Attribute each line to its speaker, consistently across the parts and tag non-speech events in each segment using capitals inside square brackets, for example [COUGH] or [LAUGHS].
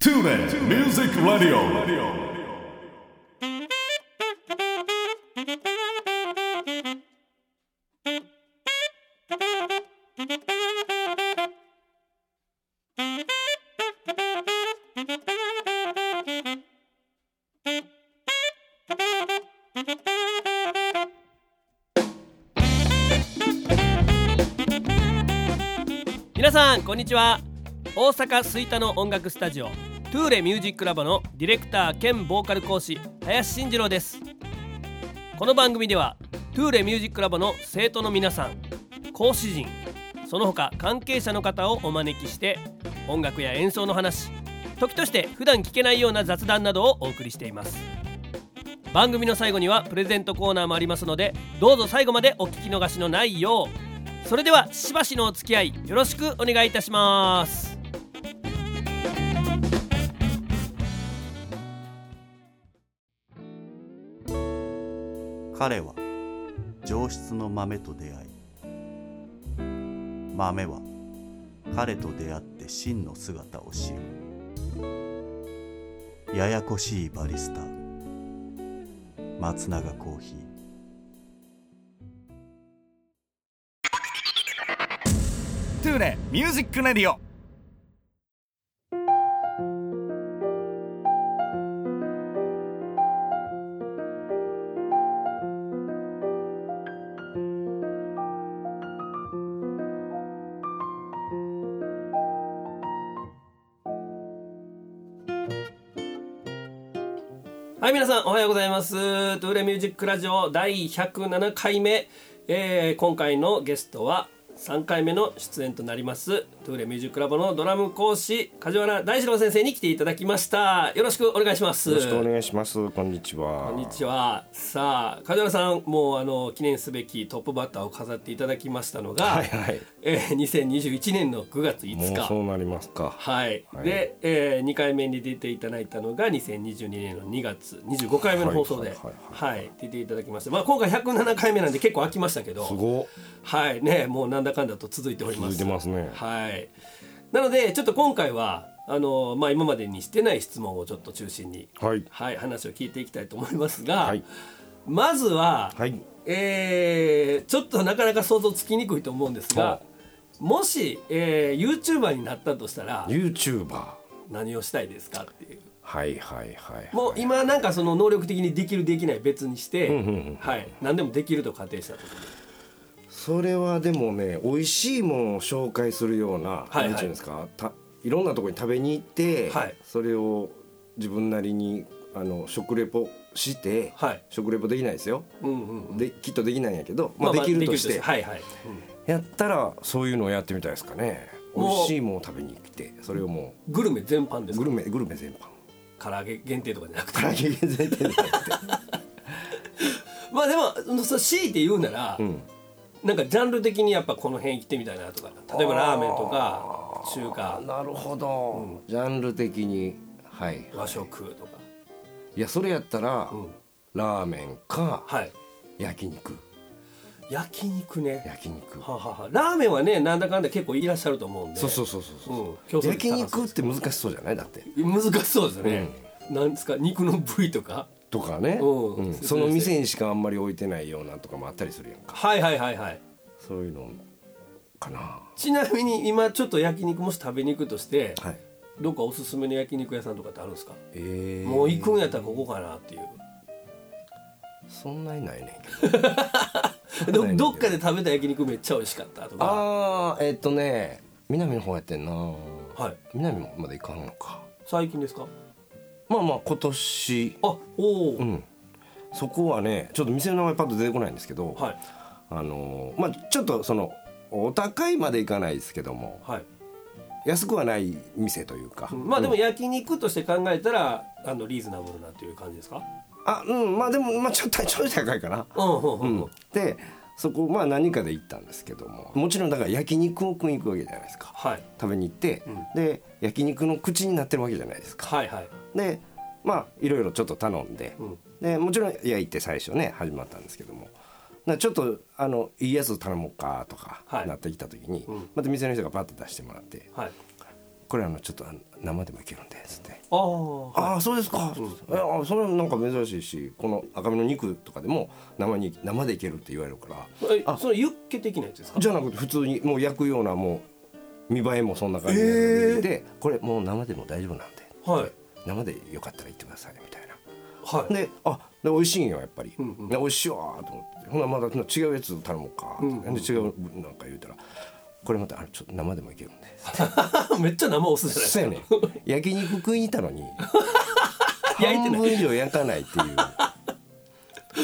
Speaker 1: Tune in Music Radio.
Speaker 2: 皆さんこんにちは大阪吹田の音楽スタジオトゥーレミュージックラボのディレクター兼ボーカル講師林慎二郎ですこの番組ではトゥーレミュージックラボの生徒の皆さん講師陣その他関係者の方をお招きして音楽や演奏の話時として普段聞けないような雑談などをお送りしています番組の最後にはプレゼントコーナーもありますのでどうぞ最後までお聞き逃しのないようそれではしばしのお付き合いよろしくお願いいたします
Speaker 3: 彼は上質の豆と出会い豆は彼と出会って真の姿を知るややこしいバリスタ松永コーヒー
Speaker 4: トゥーレミュージックレディオ
Speaker 2: はい皆さんおはようございますトゥーレミュージックラジオ第107回目、えー今回のゲストは3回目の出演となりますトゥーレミュージックラボのドラム講師梶原大志郎先生に来ていただきましたよろしくお願いします
Speaker 5: よろしくお願いします。こんにちは。
Speaker 2: こんにちはさあ梶原さんもうあの記念すべきトップバッターを飾っていただきましたのが、
Speaker 5: はいはい。
Speaker 2: えー2021年の9月5
Speaker 5: もう
Speaker 2: 日
Speaker 5: そうなりますか。
Speaker 2: はい、
Speaker 5: はい
Speaker 2: で、え2回目に出ていただいたのが2022年の2月25回目の放送で、は
Speaker 5: はいいはい
Speaker 2: 出ていただきまして、まあ、今回107回目なんで結構飽きましたけ
Speaker 5: す
Speaker 2: ど
Speaker 5: ご
Speaker 2: はいねもうなんだかんだと続いており
Speaker 5: い。
Speaker 2: ま
Speaker 5: 続い
Speaker 2: す
Speaker 5: てますね。
Speaker 2: はいなのでちょっと今回はあの、まあ、今までにしてない質問をちょっと中心に、
Speaker 5: はい。
Speaker 2: はい、話を聞いていきたいと思いますが、
Speaker 5: はい。
Speaker 2: まずは、
Speaker 5: はい。
Speaker 2: えーちょっとなかなか想像つきにくいと思うんですが
Speaker 5: は
Speaker 2: もし、えー、YouTuber になったとしたら
Speaker 5: ユーチューバ
Speaker 2: 何をしたいですかっていう
Speaker 5: ー。はいはいはい。
Speaker 2: もう今なんかその能力的にできるできない別にして、
Speaker 5: んうんうん
Speaker 2: はい、何でもできると仮定したところ
Speaker 5: それはでもね、美味しいものを紹介するような、
Speaker 2: はいはい
Speaker 5: なんていうんですか。たいろんなところに食べに行って、
Speaker 2: はい
Speaker 5: それを自分なりにあの食レポして、
Speaker 2: はい
Speaker 5: 食レポできないですよ。
Speaker 2: うんうんうん
Speaker 5: できっとできないんやけど、まあ、できるとし
Speaker 2: でき
Speaker 5: て、
Speaker 2: はいはい、
Speaker 5: やったらそういうのをやってみたいですかね美
Speaker 2: もう
Speaker 5: 味しいものを食べに来てそれをも
Speaker 2: うんグルメ全般で
Speaker 5: う
Speaker 2: す
Speaker 5: グ
Speaker 2: か
Speaker 5: ルメグルメ全般
Speaker 2: 唐揚げ限定とかじゃなくて [LAUGHS]
Speaker 5: 唐揚げ全体で
Speaker 2: まあでもそのそう強いて言うなら、
Speaker 5: ん
Speaker 2: なんかジャンル的にやっぱこの辺行ってみたいなとか例えばラーメンとか中華
Speaker 5: なるほど、ジャンル的にはい
Speaker 2: 和食とか
Speaker 5: いやそれやったら、
Speaker 2: ん
Speaker 5: ラーメンか、
Speaker 2: はい
Speaker 5: 焼肉
Speaker 2: 焼肉ね
Speaker 5: 焼肉
Speaker 2: はあはあはあラーメンはねなんだかんだ結構いらっしゃると思うんで
Speaker 5: そうそうそうそう
Speaker 2: うん
Speaker 5: そ
Speaker 2: 競争
Speaker 5: う、
Speaker 2: 率
Speaker 5: 焼
Speaker 2: 高そう
Speaker 5: 肉って難しそうじゃないだって
Speaker 2: 難しそうですね、なんですか肉の部位とか
Speaker 5: とかね、
Speaker 2: うん
Speaker 5: うんその店にしかあんまり置いてないようなとかもあったりするやんか
Speaker 2: はいはいはいはい
Speaker 5: そういうのかな
Speaker 2: ちなみに今ちょっと焼肉もし食べに行くとして、
Speaker 5: はい
Speaker 2: どっかおすすめの焼肉屋さんとかってあるんですか、
Speaker 5: えー
Speaker 2: もう行くんやったらここかなっていう
Speaker 5: そんなにないねんけど
Speaker 2: どどっかで食べた焼肉めっちゃ美味しかったとか
Speaker 5: ああえっとね南の方やってんな
Speaker 2: はい
Speaker 5: 南の方まで行かんのか
Speaker 2: 最近ですか
Speaker 5: まあまあ今年
Speaker 2: あおお、
Speaker 5: うんそこはねちょっと店の名前パッと出てこないんですけど、
Speaker 2: はい
Speaker 5: あのーまあちょっとそのお高いまで行かないですけども
Speaker 2: はい
Speaker 5: 安くはない店というか、
Speaker 2: まあでも焼肉として考えたらあのリーズナブルなっていう感じですか
Speaker 5: あうんまあでも、まあ、ちょっとちょっと高いかな、
Speaker 2: うんうんう、
Speaker 5: うんんでそこまあ何人かで行ったんですけどももちろんだから焼肉を食いに行くわけじゃないですか
Speaker 2: はい
Speaker 5: 食べに行って、
Speaker 2: うん
Speaker 5: で焼肉の口になってるわけじゃないですか
Speaker 2: はいはい
Speaker 5: でまあいろいろちょっと頼んで,、
Speaker 2: うん
Speaker 5: でもちろん焼いて最初ね始まったんですけどもなちょっとあのいいやつ頼もうかとか
Speaker 2: はい
Speaker 5: なってきた時に、
Speaker 2: うん
Speaker 5: また店の人がパッと出してもらって
Speaker 2: はい
Speaker 5: これあのちょっとあの生でもいけるんで」つって
Speaker 2: ああ
Speaker 5: ああそうですかそうですえあそれはなんか珍しいしこの赤身の肉とかでも生に生でいけるって言われるから
Speaker 2: えそのユッケ的なやつですか
Speaker 5: じゃなくて普通にもう焼くようなもう見栄えもそんな感じの料理で、これもう生でも大丈夫なんで
Speaker 2: はい
Speaker 5: 生でよかったら行ってくださいみたいな
Speaker 2: はい
Speaker 5: であで美味しいんよやっぱり、
Speaker 2: んうん
Speaker 5: で美味しいわーと思ってほなまだ違うやつ頼もうか、
Speaker 2: んうん
Speaker 5: で違うなんか言うたらこれまたあのちょっと生でもいけるんで
Speaker 2: [LAUGHS] [LAUGHS] めっちゃ生押すじゃないです
Speaker 5: そうやねん焼肉食いに行ったのに
Speaker 2: [LAUGHS] 焼いてない
Speaker 5: 半分以上焼かないってい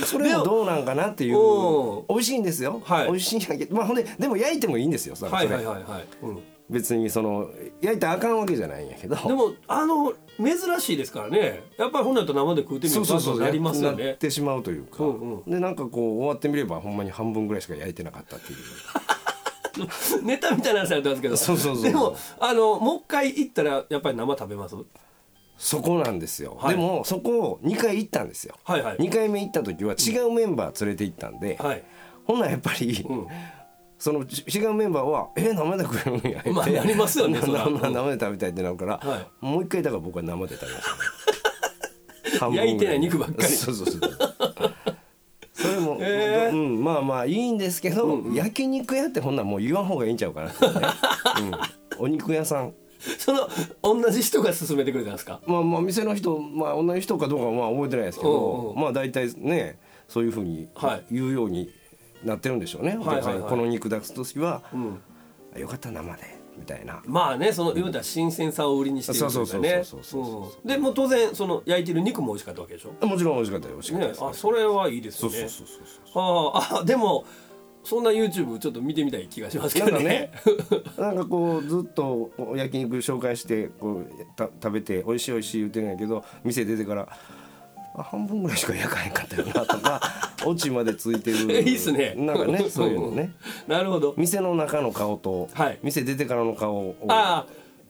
Speaker 5: うそれもどうなんかなっていう
Speaker 2: うん
Speaker 5: 美味しいんですよ、
Speaker 2: はい
Speaker 5: 美味しいんやけどまあほんででも焼いてもいいんですよそれ、
Speaker 2: かはいはいはいはい、うん、
Speaker 5: 別にその焼いたらあかんわけじゃないんやけど
Speaker 2: でもあの珍しいですからねやっぱり本来と生で食うてみるとなりますよ
Speaker 5: なっ
Speaker 2: ね
Speaker 5: てしまうというか、
Speaker 2: うんうん
Speaker 5: でなんかこう終わってみればほんまに半分ぐらいしか焼いてなかったっていう
Speaker 2: ネタみたいな話されてますけど
Speaker 5: そうそうそう
Speaker 2: でもあのもう一回行ったらやっぱり生食べます
Speaker 5: そこなんですよ、
Speaker 2: はい
Speaker 5: でもそこを2回行ったんですよ、
Speaker 2: はいはい
Speaker 5: 2回目行った時は違うメンバー連れて行ったんで、
Speaker 2: はい
Speaker 5: ほんならやっぱり、
Speaker 2: ん
Speaker 5: そのち違うメンバーは「え生で食えるんや」っ
Speaker 2: [LAUGHS]
Speaker 5: て
Speaker 2: まあなりますよね
Speaker 5: な
Speaker 2: そら
Speaker 5: [LAUGHS] なな生で食べたいってなるから、
Speaker 2: は、
Speaker 5: もう一回だから僕は生で食べました、ね
Speaker 2: [LAUGHS] 焼いてない肉ばっかり
Speaker 5: そうそうそうそれも、
Speaker 2: えー
Speaker 5: うん、まあまあいいんですけど、焼肉屋ってほんならもう言わん方がいいんちゃうかなってね、
Speaker 2: [LAUGHS]
Speaker 5: うん、お肉屋さん
Speaker 2: その同じ人が勧めてくれたんですか
Speaker 5: まあまあ店の人まあ同じ人かどうかはまあ覚えてないですけ
Speaker 2: うん
Speaker 5: ど
Speaker 2: うん
Speaker 5: まあ大体ねそういうふうに
Speaker 2: はい
Speaker 5: 言うようになってるんでしょうね、お客さん
Speaker 2: はいはいはい
Speaker 5: この肉出す時は、
Speaker 2: ん
Speaker 5: よかった生でみたいな
Speaker 2: まあねその言うたら新鮮さを売りにしてるというかね
Speaker 5: そうそうそうそうそうそう
Speaker 2: うんでもう当然その焼いてる肉も美味しかったわけでしょ、
Speaker 5: もちろん美味しかったよ美味しかった
Speaker 2: ね
Speaker 5: で、す、
Speaker 2: あそれはいいです
Speaker 5: そ
Speaker 2: よ
Speaker 5: うそう
Speaker 2: ね
Speaker 5: そうそう
Speaker 2: あああでもそんな YouTube ちょっと見てみたい気がしますけ
Speaker 5: なん
Speaker 2: ど
Speaker 5: か
Speaker 2: ね
Speaker 5: ね [LAUGHS] なんかこうずっとこう焼肉紹介してこうた食べて美味しい美味しい言ってんやけど店出てからあ半分ぐらいしか焼かへんかったよなと
Speaker 2: [LAUGHS]
Speaker 5: かオチまでついてる
Speaker 2: え [LAUGHS] いいっすね
Speaker 5: なんか
Speaker 2: [LAUGHS]
Speaker 5: ねそういうのね
Speaker 2: なるほど
Speaker 5: 店の中の顔と、
Speaker 2: はい
Speaker 5: 店出てからの顔を
Speaker 2: あ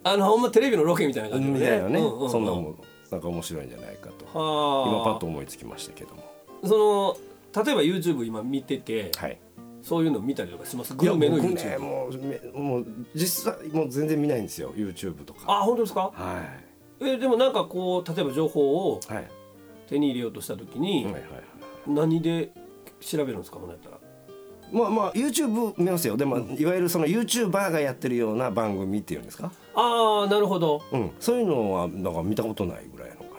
Speaker 2: ああのほんまテレビのロケみたいな感じで
Speaker 5: みたいなね、
Speaker 2: うんうんうん
Speaker 5: そんなんもなんか面白いんじゃないかと
Speaker 2: はあ
Speaker 5: 今パッと思いつきましたけども
Speaker 2: その例えば YouTube 今見てて、
Speaker 5: はい
Speaker 2: そういうの見たりとかしますグルメの
Speaker 5: いや
Speaker 2: YouTube、
Speaker 5: 僕ねもうめもう実際もう全然見ないんですよ YouTube とか
Speaker 2: あ本当ですか
Speaker 5: は
Speaker 2: えでもなんかこう例えば情報を
Speaker 5: いはい
Speaker 2: 手に入れようとした時に、
Speaker 5: はいはいはい
Speaker 2: 何で調べるんですかほんなやったら
Speaker 5: まあまあ YouTube 見ますよでも、いわゆるその YouTuber がやってるような番組っていうんですか、
Speaker 2: ああなるほど
Speaker 5: うん、そういうのはなんか見たことないぐらいの感じ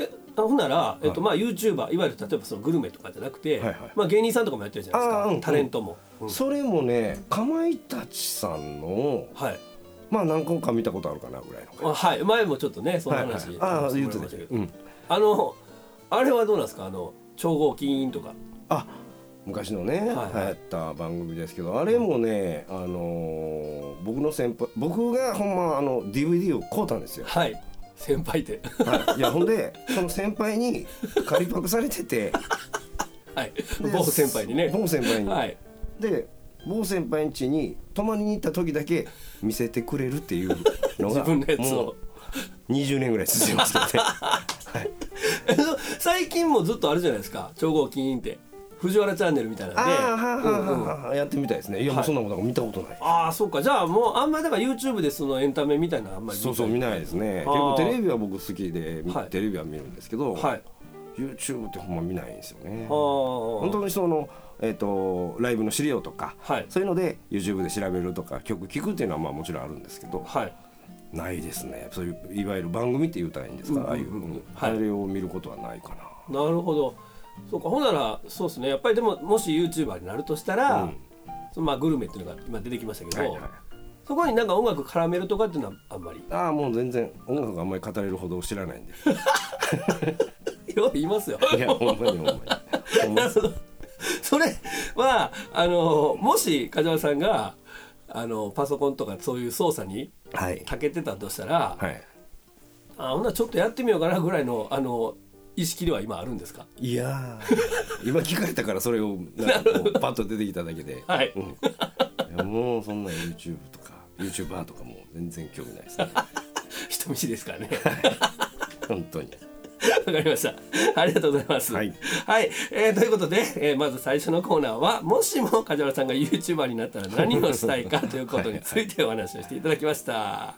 Speaker 2: えあほんなら、えっとまあ、YouTuber いわゆる例えばそのグルメとかじゃなくて、
Speaker 5: はいはい
Speaker 2: まあ、芸人さんとかもやってるじゃないですか、
Speaker 5: あーうん
Speaker 2: タレントも、うん
Speaker 5: それもねかまいたちさんの
Speaker 2: はい
Speaker 5: まあ何個か見たことあるかなぐらいの感じ
Speaker 2: あはい前もちょっとねその話、
Speaker 5: はいはい、ああ
Speaker 2: して
Speaker 5: 言
Speaker 2: も
Speaker 5: っ
Speaker 2: らいま
Speaker 5: てた
Speaker 2: した
Speaker 5: け
Speaker 2: け
Speaker 5: ど、
Speaker 2: ど
Speaker 5: うん、
Speaker 2: あのあれはどうなんですかあの超合金とか
Speaker 5: あ昔のね、
Speaker 2: はい
Speaker 5: 流行った番組ですけどあれもね、あのー僕の先輩僕がほんまあの DVD を買うたんですよ、
Speaker 2: はい先輩で
Speaker 5: はい、いやほんでその先輩に借りパクされてて
Speaker 2: [LAUGHS] はい
Speaker 5: で
Speaker 2: 某先輩にね
Speaker 5: 某先輩に、
Speaker 2: はい
Speaker 5: で某先輩ん家に泊まりに行った時だけ見せてくれるっていうの
Speaker 2: [LAUGHS] 自
Speaker 5: が
Speaker 2: 分のやつ
Speaker 5: も
Speaker 2: を
Speaker 5: う20年ぐらい続いてますけ
Speaker 2: [LAUGHS]
Speaker 5: どね
Speaker 2: 最近もずっとあるじゃないですか超合金って藤原チャンネルみたいなんで
Speaker 5: ああはあはあ
Speaker 2: うんうん
Speaker 5: はあはあやってみたいですねいやもうそんなことなんか見たことない
Speaker 2: ああそうかじゃあもうあんまりだから YouTube でそのエンタメみたいなのあんまり
Speaker 5: そうそう見ないですね結
Speaker 2: あー
Speaker 5: 構テレビは僕好きで、
Speaker 2: はい
Speaker 5: テレビは見るんですけど、
Speaker 2: はい
Speaker 5: YouTube ってほんま見ないんですよね
Speaker 2: あ
Speaker 5: 本
Speaker 2: ー
Speaker 5: 当にその、えー、とライブの資料とか、
Speaker 2: はい
Speaker 5: そういうので YouTube で調べるとか曲聴くっていうのはまあもちろんあるんですけど
Speaker 2: はい
Speaker 5: ないですねそういういわゆる番組って言うたらいいんですか、
Speaker 2: うん
Speaker 5: ああいう、
Speaker 2: うん
Speaker 5: うん
Speaker 2: はい
Speaker 5: あれを見ることはないかな
Speaker 2: なるほどそうかほんならそうですねやっぱりでももし YouTuber になるとしたら、
Speaker 5: うん
Speaker 2: そのまあグルメっていうのが今出てきましたけど、
Speaker 5: はいはい
Speaker 2: そこになんか音楽絡めるとかっていうのはあんまり
Speaker 5: ああもう全然音楽あんまり語れるほど知らない
Speaker 2: [LAUGHS]
Speaker 5: んで
Speaker 2: よく言いますよ。
Speaker 5: いやほんまにほんまにほんまに
Speaker 2: [LAUGHS] それはあのもし梶原さんがあのパソコンとかそういう操作に
Speaker 5: はい
Speaker 2: 長けてたとしたら、
Speaker 5: はい
Speaker 2: あほんならちょっとやってみようかなぐらいのあの意識では今あるんですか
Speaker 5: いやー今聞かれたからそれをなんかこ
Speaker 2: [LAUGHS]
Speaker 5: うパッと出てきただけで、
Speaker 2: はい
Speaker 5: うんいやもうそんな YouTube とか YouTuber とかもう全然興味ない [LAUGHS] ですね
Speaker 2: 人見知りですからね。 [LAUGHS]
Speaker 5: 本当に
Speaker 2: わかりました。ありがとうございます。
Speaker 5: はい。
Speaker 2: えーということで、えーまず最初のコーナーは、もしも梶原さんが YouTuber になったら何をしたいかということについてお話をしていただきました。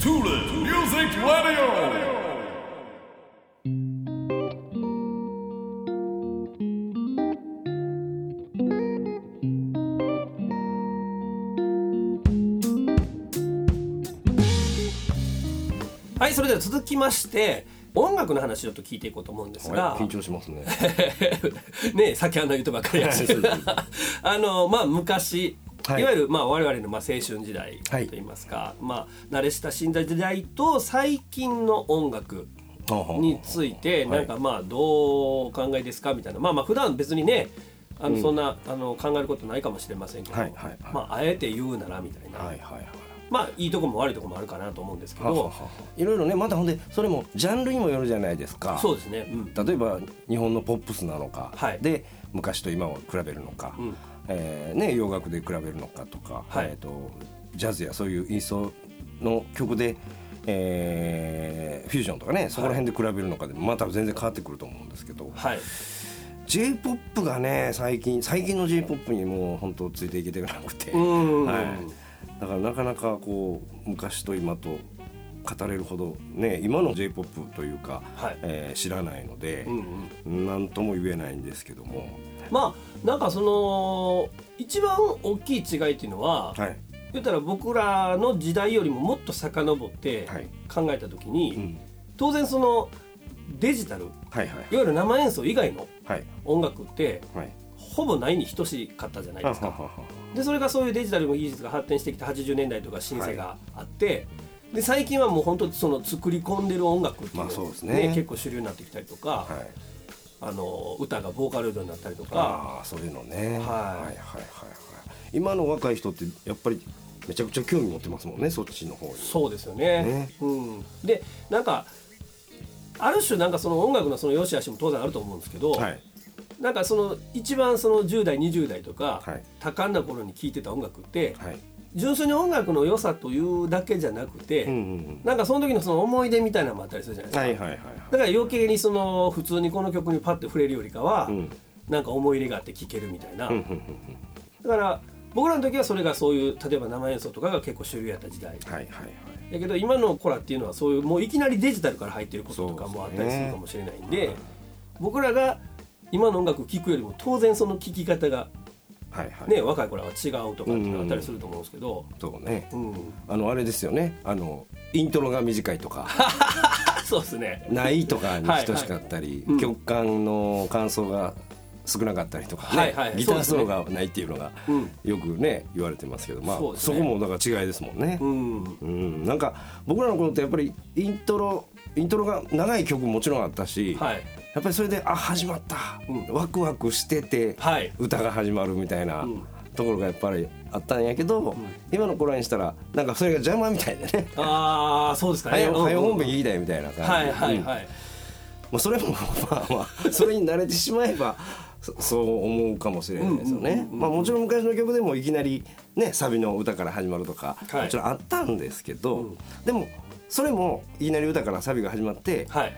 Speaker 1: Tulip Music Radio.
Speaker 2: はいそれでは続きまして音楽の話をちょっと聞いていこうと思うんですが、
Speaker 5: 緊張します [LAUGHS] ね
Speaker 2: [LAUGHS] ねさっきあんな言うとばっかりやし [LAUGHS] あのまあ昔、
Speaker 5: はい
Speaker 2: い、わゆるまあ我々のまあ青春時代と
Speaker 5: はい
Speaker 2: いいますか、まあ慣れ親しんだ時代と最近の音楽について
Speaker 5: はい
Speaker 2: なんかまあどうお考えですかみたいなまあまあ普段別にねあのそんな、あの考えることないかもしれませんけど、
Speaker 5: はいはいはい
Speaker 2: まああえて言うならみたいな、
Speaker 5: はいはいはい
Speaker 2: まあいいとこも悪いとこもあるかなと思うんですけど、
Speaker 5: いろいろねまたほんでそれもジャンルにもよるじゃないですか
Speaker 2: そうですね、うん、
Speaker 5: 例えば日本のポップスなのか、
Speaker 2: はい
Speaker 5: で昔と今を比べるのか、
Speaker 2: ん
Speaker 5: えーね、洋楽で比べるのかとか、
Speaker 2: はい
Speaker 5: えー、とジャズやそういうインストの曲で、えーフュージョンとかねそこら辺で比べるのかでまた全然変わってくると思うんですけど、
Speaker 2: はい
Speaker 5: j p o p がね最近最近の j p o p にもう本当ついていけてなくて、
Speaker 2: ん
Speaker 5: はい、だからなかなかこう昔と今と語れるほど、ね、今の j p o p というか、
Speaker 2: はい
Speaker 5: えー知らないので、
Speaker 2: うんうん
Speaker 5: なんとも言えないんですけども、
Speaker 2: まあなんかその一番大きい違いっていうのは、
Speaker 5: はい、
Speaker 2: 言ったら僕らの時代よりももっと遡って
Speaker 5: はい
Speaker 2: 考えた時に、
Speaker 5: うん
Speaker 2: 当然そのデジタルいわ
Speaker 5: はいはい
Speaker 2: ゆる生演奏以外の
Speaker 5: はい
Speaker 2: 音楽って
Speaker 5: はい
Speaker 2: ほぼないに等しかったじゃない
Speaker 5: は
Speaker 2: で
Speaker 5: は
Speaker 2: すか。
Speaker 5: は
Speaker 2: でそれがそういうデジタルの技術が発展してきた80年代とかシンセがあって、で最近はもう本当にその作り込んでる音楽っていうの
Speaker 5: まあ
Speaker 2: が
Speaker 5: そうですね
Speaker 2: 結構主流になってきたりとか、
Speaker 5: はい
Speaker 2: あの歌がボーカロイドになったりとか
Speaker 5: ああそういうのね、はい、はい
Speaker 2: はい
Speaker 5: はいはい今の若い人ってやっぱりめちゃくちゃ興味持ってますもんねそっちの方に
Speaker 2: そうですよね。
Speaker 5: ね
Speaker 2: うん、でなんかある種なんかその音楽のその良し悪しも当然あると思うんですけど、
Speaker 5: はい
Speaker 2: なんかその一番その10代20代とか、
Speaker 5: はい
Speaker 2: 多感な頃に聴いてた音楽って、
Speaker 5: はい
Speaker 2: 純粋に音楽の良さというだけじゃなくて、
Speaker 5: うんうん
Speaker 2: なんかその時のその思い出みたいなのもあったりするじゃな
Speaker 5: う
Speaker 2: い
Speaker 5: ん
Speaker 2: ですか。
Speaker 5: はいはいはいは
Speaker 2: だから余計にその普通にこの曲にパッと触れるよりかは、
Speaker 5: いうん
Speaker 2: なんか思い入れがあって聴けるみたいな、
Speaker 5: うんうんうん
Speaker 2: だから僕らの時はそれがそういう例えば生演奏とかが結構主流やった時代、
Speaker 5: はいはいはい
Speaker 2: だけど今の子らっていうのはそういうもういきなりデジタルから入ってることとかもあったりするかもしれないんで僕らが今の音楽を聴くよりも当然その聴き方が、
Speaker 5: はいはい
Speaker 2: ね、若い子らは違うとかっていうのがあったりすると思うんですけど、
Speaker 5: そうね
Speaker 2: うん [LAUGHS]
Speaker 5: あのあれですよねあのイントロが短いと
Speaker 2: [LAUGHS]
Speaker 5: か
Speaker 2: あそうですね
Speaker 5: ないとかに等しかったり、
Speaker 2: はいはいうん
Speaker 5: 曲間の感想が少なかったりとかね、
Speaker 2: はいはい
Speaker 5: ギターソロがないっていうのが
Speaker 2: そうですね
Speaker 5: よくね言われてますけど、まあ
Speaker 2: そう
Speaker 5: そ,、
Speaker 2: ですね
Speaker 5: こもだから違いですもんね。
Speaker 2: う
Speaker 5: うん
Speaker 2: ん
Speaker 5: なんか僕らの頃ってやっぱりイントロイントロが長い曲もちろんあったし、
Speaker 2: はい
Speaker 5: やっぱりそれであ始まった、
Speaker 2: うん
Speaker 5: ワクワクしてて、
Speaker 2: はい
Speaker 5: 歌が始まるみたいな。
Speaker 2: うん
Speaker 5: ところがやっぱりあったんやけど、今の頃にしたらなんかそれが邪魔みたいでね
Speaker 2: ああそうです
Speaker 5: 「
Speaker 2: か
Speaker 5: は
Speaker 2: ね
Speaker 5: よはよ本編
Speaker 2: うん
Speaker 5: 聞きたい」みたいな感じで
Speaker 2: はいはいはい、
Speaker 5: まあ、それも [LAUGHS] まあまあそれに慣れてしまえばそそう思うかもしれないですよね。まあもちろん昔の曲でもいきなりねサビの歌から始まるとか、
Speaker 2: はい
Speaker 5: もちろんあったんですけど、でもそれもいきなり歌からサビが始まって、
Speaker 2: はい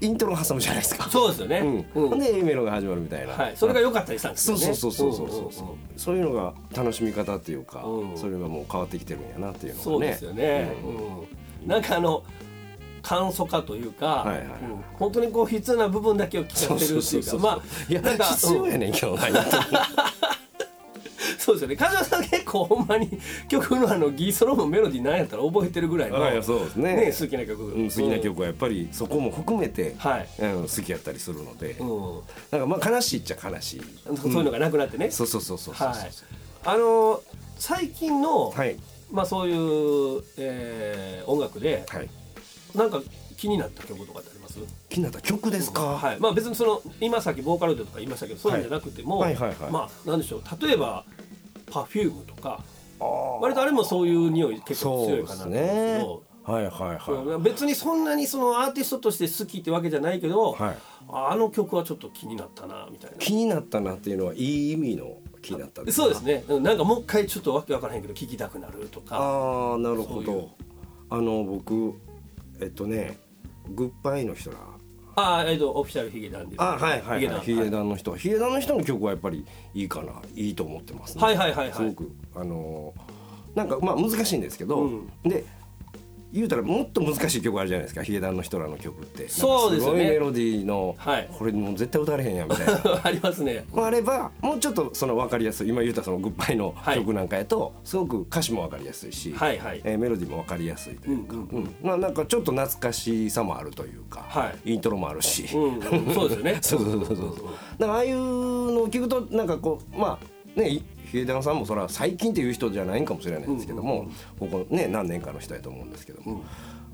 Speaker 5: イントロ挟むじゃないですか。
Speaker 2: そうですよね、
Speaker 5: う
Speaker 2: うん
Speaker 5: ん、ほんで A メロが始まるみたいな、
Speaker 2: はい、それが良かったりしたんです
Speaker 5: そ
Speaker 2: よ
Speaker 5: う
Speaker 2: ね
Speaker 5: そうそうそうそうそう,、
Speaker 2: んんん
Speaker 5: そういうのが楽しみ方っていうか、
Speaker 2: うん
Speaker 5: それがもう変わってきてるんやなっていうのがね
Speaker 2: そうですよね、うんなんかあの簡素化というか、
Speaker 5: はいはいは
Speaker 2: う
Speaker 5: い
Speaker 2: ん本当にこう必要な部分だけを聞
Speaker 5: そ
Speaker 2: か
Speaker 5: う
Speaker 2: せて
Speaker 5: そ
Speaker 2: る
Speaker 5: う
Speaker 2: ってい
Speaker 5: そ
Speaker 2: うう
Speaker 5: そ
Speaker 2: か
Speaker 5: う、
Speaker 2: まあ
Speaker 5: いや
Speaker 2: なんか
Speaker 5: 必要やねんけどな、
Speaker 2: [LAUGHS] うんそうですよね梶原さん結構ほんまに曲のあのギソロもメロディーなんやったら覚えてるぐらいの、
Speaker 5: あいやそうですね
Speaker 2: ね好きな曲、
Speaker 5: うん、好きな曲はやっぱりそこも含めて、
Speaker 2: はい
Speaker 5: うん、好きやったりするので、
Speaker 2: うん、うん
Speaker 5: なんかまあ悲しいっちゃ悲しい、
Speaker 2: そういうのがなくなってね、
Speaker 5: そうそうそうそうそう
Speaker 2: はいあの最近の、
Speaker 5: はい
Speaker 2: まあそういう、えー音楽で
Speaker 5: はい
Speaker 2: なんか気になった曲とかってあります
Speaker 5: 気になった曲ですか、
Speaker 2: はいまあ、別にその今さっきボーカロイドとか言いましたけどそういうんじゃなくても、
Speaker 5: はいはいはいはい
Speaker 2: まあなんでしょう例えば Perfume とか
Speaker 5: あー
Speaker 2: 割とあれもそういう匂い結構
Speaker 5: そう
Speaker 2: 強い
Speaker 5: で
Speaker 2: かな
Speaker 5: す
Speaker 2: と思うんですけ
Speaker 5: ね
Speaker 2: ど。
Speaker 5: はいはい
Speaker 2: そう
Speaker 5: は
Speaker 2: 別にそんなにそのアーティストとして好きってわけじゃないけど、
Speaker 5: はい
Speaker 2: ああの曲はちょっと気になったなみたい
Speaker 5: い気になったなっていうのはいい意味の気になった
Speaker 2: なそうです
Speaker 5: ね
Speaker 2: ねうんなんかもう一回ちょっとわけわからへんけど聴きたくなるとか
Speaker 5: ああなるほ
Speaker 2: そういう
Speaker 5: どあの僕えっとねグッバイの人ら
Speaker 2: ああえっとオフィシャルヒゲダンディ
Speaker 5: あはいはいはいヒ
Speaker 2: ヒゲダン
Speaker 5: ゲダンの人ヒゲダンの人の曲はやっぱりいいかないいと思ってますね
Speaker 2: はいはいはいはい
Speaker 5: すごくあのーなんかまあ難しいんですけど、
Speaker 2: うん
Speaker 5: で言うたらもっと難しい曲あるじゃないですかヒゲダンの人らの曲って
Speaker 2: そうですよね
Speaker 5: なんかごいメロディーの、
Speaker 2: はい
Speaker 5: これもう絶対歌われへんやんみたいな
Speaker 2: ありますね
Speaker 5: もあればもうちょっとその分かりやすい今言うたそのグッバイの
Speaker 2: はい
Speaker 5: 曲なんかやと、すごく歌詞も分かりやすいし、
Speaker 2: はいはい
Speaker 5: えーメロディーも分かりやすいというか、うんまあなんかちょっと懐かしさもあるというか、
Speaker 2: はい
Speaker 5: イントロもあるし、
Speaker 2: うんそうですよね
Speaker 5: [LAUGHS] そうそうそうそうそうだからああいうのを聞くとなんかこうまあねヒゲダンさんもそれは最近っていう人じゃないんかもしれないんですけども、ここね何年かの人やと思うんですけども、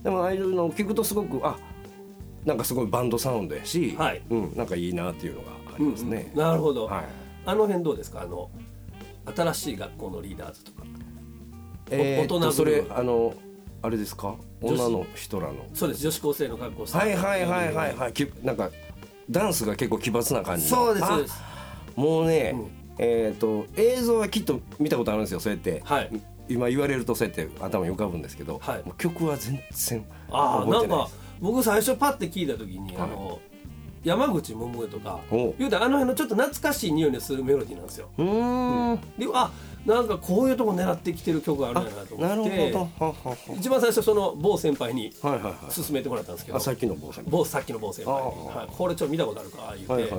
Speaker 5: でもああいうのを聞くとすごくあなんかすごいバンドサウンドやし、
Speaker 2: はい
Speaker 5: うん、なんかいいなっていうのがありますね。
Speaker 2: なるほど、
Speaker 5: はい
Speaker 2: あの辺どうですかあの新しい学校のリーダーズとか
Speaker 5: えーっと
Speaker 2: 大人ぶる
Speaker 5: それあのあれですか
Speaker 2: 女子
Speaker 5: 女の人らの
Speaker 2: そうです女子高生の学校
Speaker 5: はいはいはいはいはいきなんかダンスが結構奇抜な感じの
Speaker 2: そうですそうです
Speaker 5: もうね、
Speaker 2: うん
Speaker 5: えっ、と映像はきっと見たことあるんですよそうやって、
Speaker 2: はい
Speaker 5: 今言われるとそうやって頭に浮かぶんですけど、
Speaker 2: はい
Speaker 5: もう曲は全然
Speaker 2: ああ
Speaker 5: 覚え
Speaker 2: な
Speaker 5: て
Speaker 2: ん
Speaker 5: ない
Speaker 2: か
Speaker 5: です
Speaker 2: 僕最初パッて聞いた時に、あの山口百恵とか
Speaker 5: おう
Speaker 2: 言うたらあの辺のちょっと懐かしい匂いのするメロディーなんですよ
Speaker 5: うーん
Speaker 2: であなんかこういうとこ狙ってきてる曲があるんやなと
Speaker 5: な
Speaker 2: 思って
Speaker 5: るほどはは
Speaker 2: 一番最初その某先輩に
Speaker 5: ははいはいはい
Speaker 2: 勧めてもらったんですけど
Speaker 5: あさっきの坊さん
Speaker 2: 某さっきの某先輩に、
Speaker 5: ああ
Speaker 2: はい、これちょっと見たことあるか言うて、
Speaker 5: はいはいは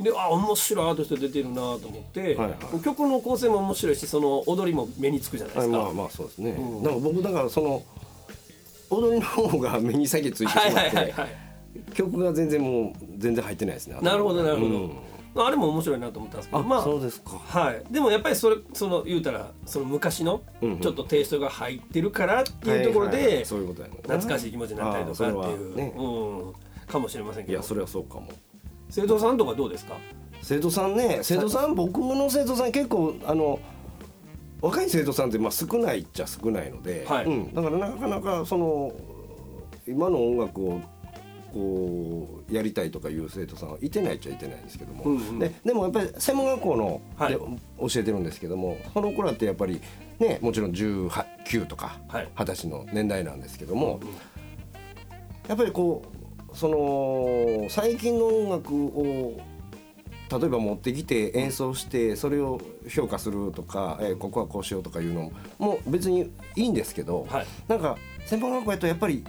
Speaker 2: であ面白いアーティスト出てるなと思って、
Speaker 5: はいはい
Speaker 2: 曲の構成も面白いしその踊りも目につくじゃないで
Speaker 5: はい
Speaker 2: すか、
Speaker 5: まあまあそうですね、
Speaker 2: うん
Speaker 5: なんか僕だからその踊りの方が目に先ついてしまっ
Speaker 2: はい
Speaker 5: て、
Speaker 2: はいはいはい
Speaker 5: 曲が全然もう全然入ってないですね
Speaker 2: なるほどなるほど、
Speaker 5: うん
Speaker 2: まああれも面白いなと思ったんですけど
Speaker 5: あ、
Speaker 2: まあ
Speaker 5: そうですか
Speaker 2: はい、でもやっぱりそれその言うたらその昔の
Speaker 5: うんうん
Speaker 2: ちょっとテイストが入ってるからっていうところ
Speaker 5: はいはいは
Speaker 2: で
Speaker 5: いそういうことやね
Speaker 2: 懐かしい気持ちになったりとかって
Speaker 5: あ
Speaker 2: い
Speaker 5: ーそれ
Speaker 2: う、
Speaker 5: はね
Speaker 2: うん、かもしれません
Speaker 5: い
Speaker 2: け
Speaker 5: や
Speaker 2: ど
Speaker 5: それはそうかも
Speaker 2: 生徒さんとかどうですか
Speaker 5: 生徒さんね生徒さん僕の生徒さん結構あの若い生徒さんってまあ少ないっちゃ少ないので、
Speaker 2: はい
Speaker 5: うん、だからなかなかその今の音楽をこうやりたいとかいう生徒さんはいてないっちゃいてないんですけども、
Speaker 2: うんうん
Speaker 5: ででもやっぱり専門学校の
Speaker 2: はい
Speaker 5: で教えてるんですけども、その子らってやっぱりねもちろん19とか
Speaker 2: はい
Speaker 5: 20歳の年代なんですけども、やっぱりこうその最近の音楽を例えば持ってきて演奏してそれを評価するとか、えーここはこうしようとかいうのももう別にいいんですけど、
Speaker 2: はい
Speaker 5: なんか専門学校やとやっぱり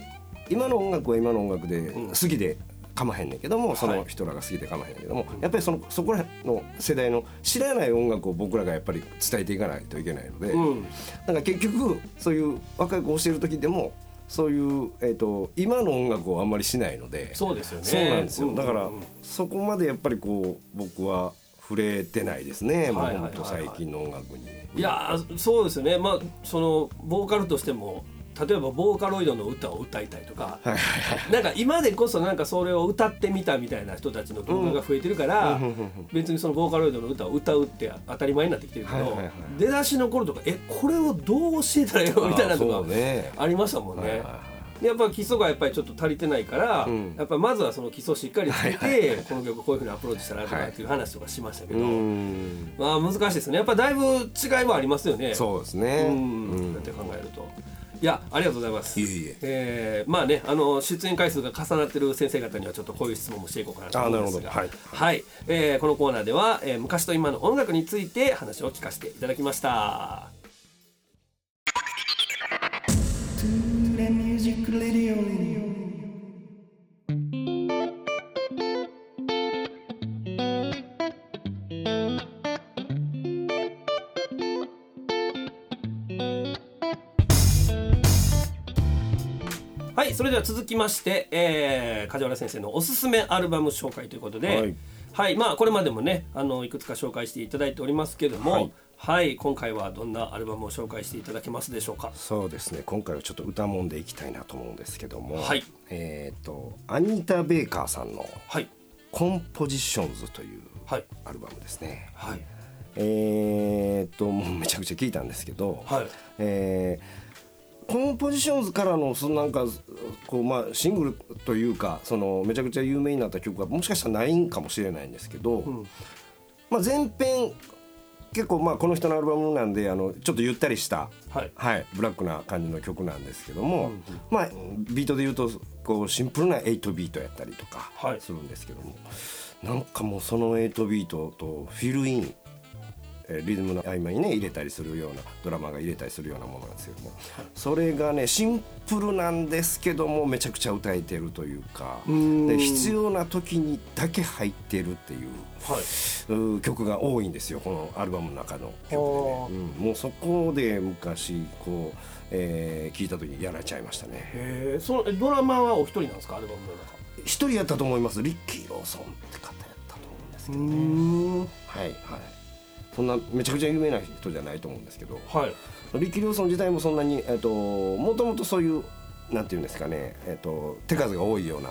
Speaker 5: 今の音楽は今の音楽で
Speaker 2: ん
Speaker 5: 好きでかまへんねんけども、そ
Speaker 2: はい
Speaker 5: の人らが好きでかまへんねんけども、やっぱりそのそこらの世代の知らない音楽を僕らがやっぱり伝えていかないといけないので、
Speaker 2: うん
Speaker 5: なんか結局そういう若い子を教える時でもそういう、えー、と今の音楽をあんまりしないので。
Speaker 2: そうですよね
Speaker 5: そうなんですよ。だから
Speaker 2: うんうん
Speaker 5: そこまでやっぱりこう僕は触れてないですね。もう
Speaker 2: はいはいはいは
Speaker 5: 本
Speaker 2: い
Speaker 5: 当最近の音楽に。
Speaker 2: いやーそうですよねまあそのボーカルとしても例えばボーカロイドの歌を歌いたいとか、なんか今でこそなんかそれを歌ってみたみたいな人たちの動画が増えてるから、別にそのボーカロイドの歌を歌うって当たり前になってきてるけど、
Speaker 5: はいはいはい
Speaker 2: 出だしの頃とかえこれをどう教えたらいいのみたいなの
Speaker 5: あそ
Speaker 2: が
Speaker 5: うね
Speaker 2: ありましたもんね。
Speaker 5: はいはいは
Speaker 2: でやっぱ基礎がやっぱりちょっと足りてないから、
Speaker 5: ん
Speaker 2: やっぱりまずはその基礎をしっかりつけて、この曲こういうふうにアプローチしたらとかっていう話とかしましたけど、
Speaker 5: うん。
Speaker 2: まあ難しいですねやっぱだいぶ違いはありますよね
Speaker 5: そうですね。
Speaker 2: うん、
Speaker 5: うん
Speaker 2: だって考えるといやありがとうございます
Speaker 5: いえいえ
Speaker 2: えーまあねあの出演回数が重なってる先生方にはちょっとこういう質問もしていこうかなと思うんですが
Speaker 5: あなるほど
Speaker 2: はいえーこのコーナーでは、えー昔と今の音楽について話を聞かせていただきましたはいそれでは続きまして、えー梶原先生のおすすめアルバム紹介ということで、は
Speaker 5: はいい
Speaker 2: まあ、これまでもねあのいくつか紹介していただいておりますけども、は
Speaker 5: はいい
Speaker 2: 今回はどんなアルバムを紹介していただけますでしょうか
Speaker 5: そうですね。今回はちょっと歌もんでいきたいなと思うんですけども。
Speaker 2: はい
Speaker 5: えっとアニタベーカーさんの
Speaker 2: はい
Speaker 5: コンポジションズという
Speaker 2: はい
Speaker 5: アルバムですね。
Speaker 2: はい
Speaker 5: えー、っともうめちゃくちゃ聞いたんですけど、
Speaker 2: はい
Speaker 5: えーこのポジションズからのそのなんかこう、まあ、シングルというかそのめちゃくちゃ有名になった曲がもしかしたらないんかもしれないんですけど、まあ、前編結構まあこの人のアルバムなんであのちょっとゆったりした、
Speaker 2: はい
Speaker 5: ブラックな感じの曲なんですけども、まあ、ビートで言うとこうシンプルな8ビートやったりとか
Speaker 2: はい
Speaker 5: するんですけども、なんかもうその8ビートとフィルインええーリズムの合間にね入れたりするようなドラマが入れたりするようなものなんですけどもそれがねシンプルなんですけどもめちゃくちゃ歌えてるというかで必要な時にだけ入ってるっていう。うー曲が多いんですよこのアルバムの中の曲でね、うん、もうそこで昔こう、えー聞いた時にやられちゃいましたね
Speaker 2: えそのえドラマはお一人なんですかアルバムの中
Speaker 5: 一人やったと思いますリッキー・ローソンって方やったと思うんですけどねはいはいそんなめちゃくちゃ有名な人じゃないと思うんですけど
Speaker 2: はい
Speaker 5: リッキー・ローソン自体もそんなにえっともともとそういうなんていうんですかね、えっと手数が多いような、